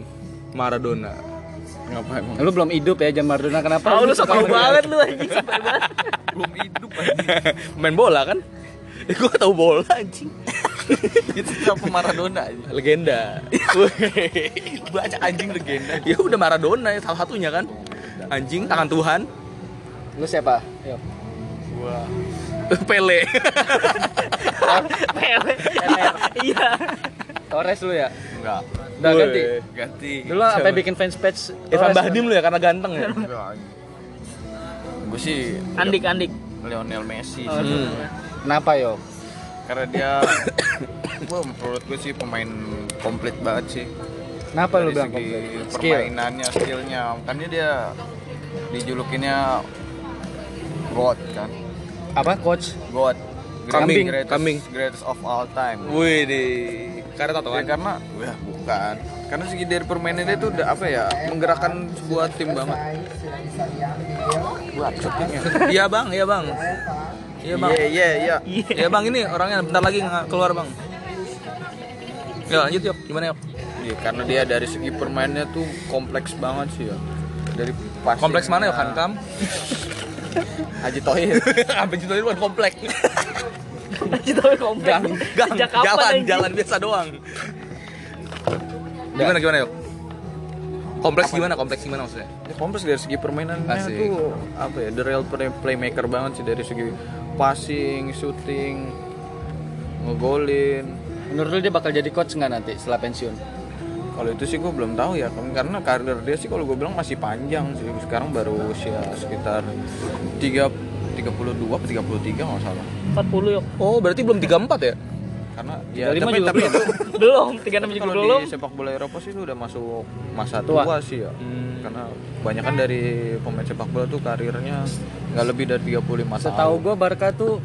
[SPEAKER 1] Maradona
[SPEAKER 3] Ngapa emang?
[SPEAKER 2] Lu belum hidup ya, Jan Maradona. Kenapa?
[SPEAKER 4] tahu Oh, lu
[SPEAKER 2] suka
[SPEAKER 4] sotoy
[SPEAKER 2] begitu?
[SPEAKER 4] banget lu anjing sotoy banget
[SPEAKER 3] Belum hidup aja.
[SPEAKER 1] main bola kan Eh, gue tahu bola anjing
[SPEAKER 3] Itu siapa Maradona aja.
[SPEAKER 1] legenda
[SPEAKER 3] Baca anjing legenda.
[SPEAKER 1] ya udah Maradona ya salah satunya kan anjing tangan Tuhan
[SPEAKER 2] Lu siapa? Ayo.
[SPEAKER 3] Gua
[SPEAKER 1] Pele
[SPEAKER 4] Pewe. iya
[SPEAKER 2] Torres lu ya?
[SPEAKER 3] enggak.
[SPEAKER 2] Udah ganti.
[SPEAKER 1] Oh,
[SPEAKER 3] Ganti.
[SPEAKER 2] Dulu apa bikin fanspage
[SPEAKER 1] Irfan
[SPEAKER 2] Torres?
[SPEAKER 1] Bahdim lu ya karena ganteng ya
[SPEAKER 3] Enggak anjing. Gue sih
[SPEAKER 4] Andik Andik
[SPEAKER 3] Lionel Messi sih.
[SPEAKER 1] Hmm.
[SPEAKER 2] Kenapa yo?
[SPEAKER 3] karena dia gua menurut gue sih pemain komplit banget sih
[SPEAKER 2] Kenapa lu
[SPEAKER 3] dari
[SPEAKER 2] bilang gitu?
[SPEAKER 3] segi
[SPEAKER 2] komplit? Skill.
[SPEAKER 3] permainannya skillnya kan dia- dia dijulukinnya God kan
[SPEAKER 2] Apa coach?
[SPEAKER 3] God
[SPEAKER 1] Kambing,
[SPEAKER 3] greatest,
[SPEAKER 1] kambing.
[SPEAKER 3] greatest of all time
[SPEAKER 1] Wih di karena
[SPEAKER 3] Ya,
[SPEAKER 1] tatoan
[SPEAKER 3] karena ya bukan karena segi dari permainan dia tuh udah apa ya menggerakkan sebuah tim banget buat shootingnya
[SPEAKER 1] Iya bang, iya bang. Iya bang.
[SPEAKER 3] iya iya iya
[SPEAKER 1] Iya bang, ini orangnya bentar lagi nge- keluar bang. Ya lanjut yuk, gimana yuk?
[SPEAKER 3] Iya, karena dia dari segi permainnya tuh kompleks banget sih ya dari Iya. passing-
[SPEAKER 1] Kompleks mana yuk? Kan? Hankam?
[SPEAKER 3] Haji Tohir
[SPEAKER 1] Apa itu bukan komplek?
[SPEAKER 4] kita komplek
[SPEAKER 1] Gang, gang,
[SPEAKER 4] Sejak kapan,
[SPEAKER 1] jalan,
[SPEAKER 4] anjing?
[SPEAKER 1] jalan biasa doang. Gimana gimana yuk? Kompleks gimana? Kompleks gimana maksudnya?
[SPEAKER 3] Ya, Kompas dari segi permainannya
[SPEAKER 1] Asik.
[SPEAKER 3] tuh apa ya the real play- playmaker banget sih dari segi passing, shooting, ngegolin.
[SPEAKER 2] Menurut lu dia bakal jadi coach nggak nanti setelah pensiun?
[SPEAKER 3] Kalau itu sih gue belum tahu ya kan karena karir dia sih kalau gue bilang masih panjang sih sekarang baru usia sekitar 3 32 atau 33 nggak salah
[SPEAKER 4] 40 yuk
[SPEAKER 1] Oh berarti belum 34 ya?
[SPEAKER 3] karena ya
[SPEAKER 2] 35
[SPEAKER 3] tapi,
[SPEAKER 2] juga
[SPEAKER 3] tapi itu
[SPEAKER 4] belum 36 juga
[SPEAKER 3] kalau
[SPEAKER 4] belum
[SPEAKER 3] di sepak bola Eropa sih itu udah masuk masa
[SPEAKER 2] Tua.
[SPEAKER 3] tua, sih ya karena banyak kan dari pemain sepak bola tuh karirnya nggak lebih dari 35 tahun
[SPEAKER 2] Setahu gua Barca tuh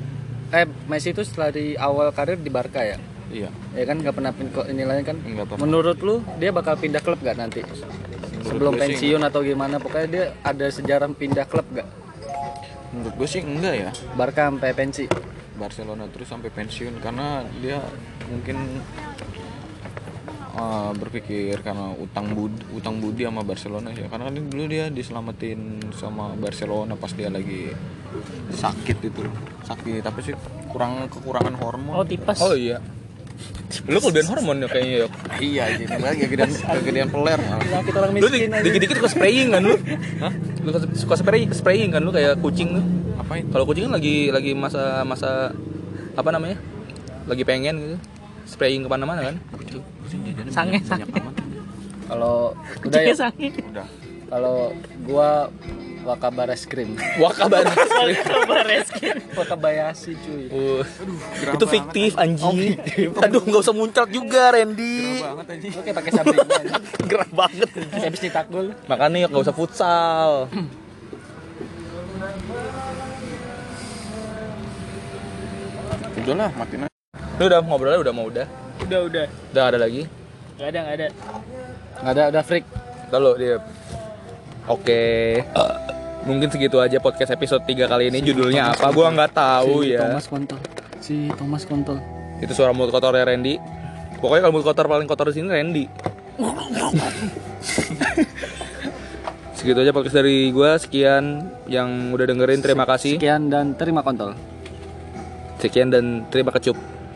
[SPEAKER 2] eh Messi tuh setelah di awal karir di Barca ya?
[SPEAKER 3] iya
[SPEAKER 2] Ya kan nggak pernah pin kok nilainya kan?
[SPEAKER 3] Nggak pernah.
[SPEAKER 2] Menurut lu dia bakal pindah klub gak nanti? Sebelum
[SPEAKER 3] gue sih
[SPEAKER 2] pensiun atau gimana? Pokoknya dia ada sejarah pindah klub gak?
[SPEAKER 3] menurut gue sih enggak ya
[SPEAKER 2] Barca sampai pensi.
[SPEAKER 3] Barcelona terus sampai pensiun karena dia mungkin uh, berpikir karena utang bud utang budi sama Barcelona sih karena kan dulu dia diselamatin sama Barcelona pas dia lagi sakit itu sakit tapi sih kurang kekurangan hormon
[SPEAKER 4] oh tipes
[SPEAKER 1] Oh iya. Lu kelebihan hormon ya kayaknya yuk.
[SPEAKER 3] iya jadi lagi kegedean kegedean peler malah.
[SPEAKER 2] Sakit orang
[SPEAKER 1] Lu di-
[SPEAKER 2] miskin aja.
[SPEAKER 1] dikit-dikit suka spraying kan lu? Hah? Lu suka spray, spraying kan lu kayak kucing lu?
[SPEAKER 3] apa itu
[SPEAKER 1] Kalau kucing kan lagi lagi masa masa apa namanya? Lagi pengen gitu. Spraying kemana mana kan?
[SPEAKER 4] sange sange
[SPEAKER 2] Kalau udah
[SPEAKER 4] Kucingnya
[SPEAKER 2] ya,
[SPEAKER 4] sange
[SPEAKER 3] udah
[SPEAKER 2] kalau gua Wakabares Krim.
[SPEAKER 1] Wah kabar.
[SPEAKER 4] Iya. Kabar reskin
[SPEAKER 2] Wakabayashi cuy.
[SPEAKER 1] Uh, itu fiktif anjing. Aduh nggak usah muncrat juga Randy.
[SPEAKER 3] banget aja
[SPEAKER 2] Lu kayak pakai sablon aja.
[SPEAKER 1] Gerah banget.
[SPEAKER 2] Habis nyetak gol. Hmm.
[SPEAKER 1] Makanya nggak usah futsal.
[SPEAKER 3] udahlah matiin aja
[SPEAKER 1] Lu udah ngobrolnya udah mau udah.
[SPEAKER 4] udah udah
[SPEAKER 1] Udah ada lagi.
[SPEAKER 4] nggak ada nggak ada
[SPEAKER 2] nggak ada ada freak
[SPEAKER 1] Lalu dia Oke. Mungkin segitu aja podcast episode 3 kali ini judulnya apa? Gua nggak tahu
[SPEAKER 2] si
[SPEAKER 1] ya.
[SPEAKER 2] Thomas kontol si Thomas kontol
[SPEAKER 1] Itu suara mulut kotornya Randy. Pokoknya kalau mulut kotor paling kotor di sini Randy. Segitu aja podcast dari gua. Sekian yang udah dengerin. Terima kasih.
[SPEAKER 2] sekian dan terima kontol
[SPEAKER 1] Sekian dan terima kecup.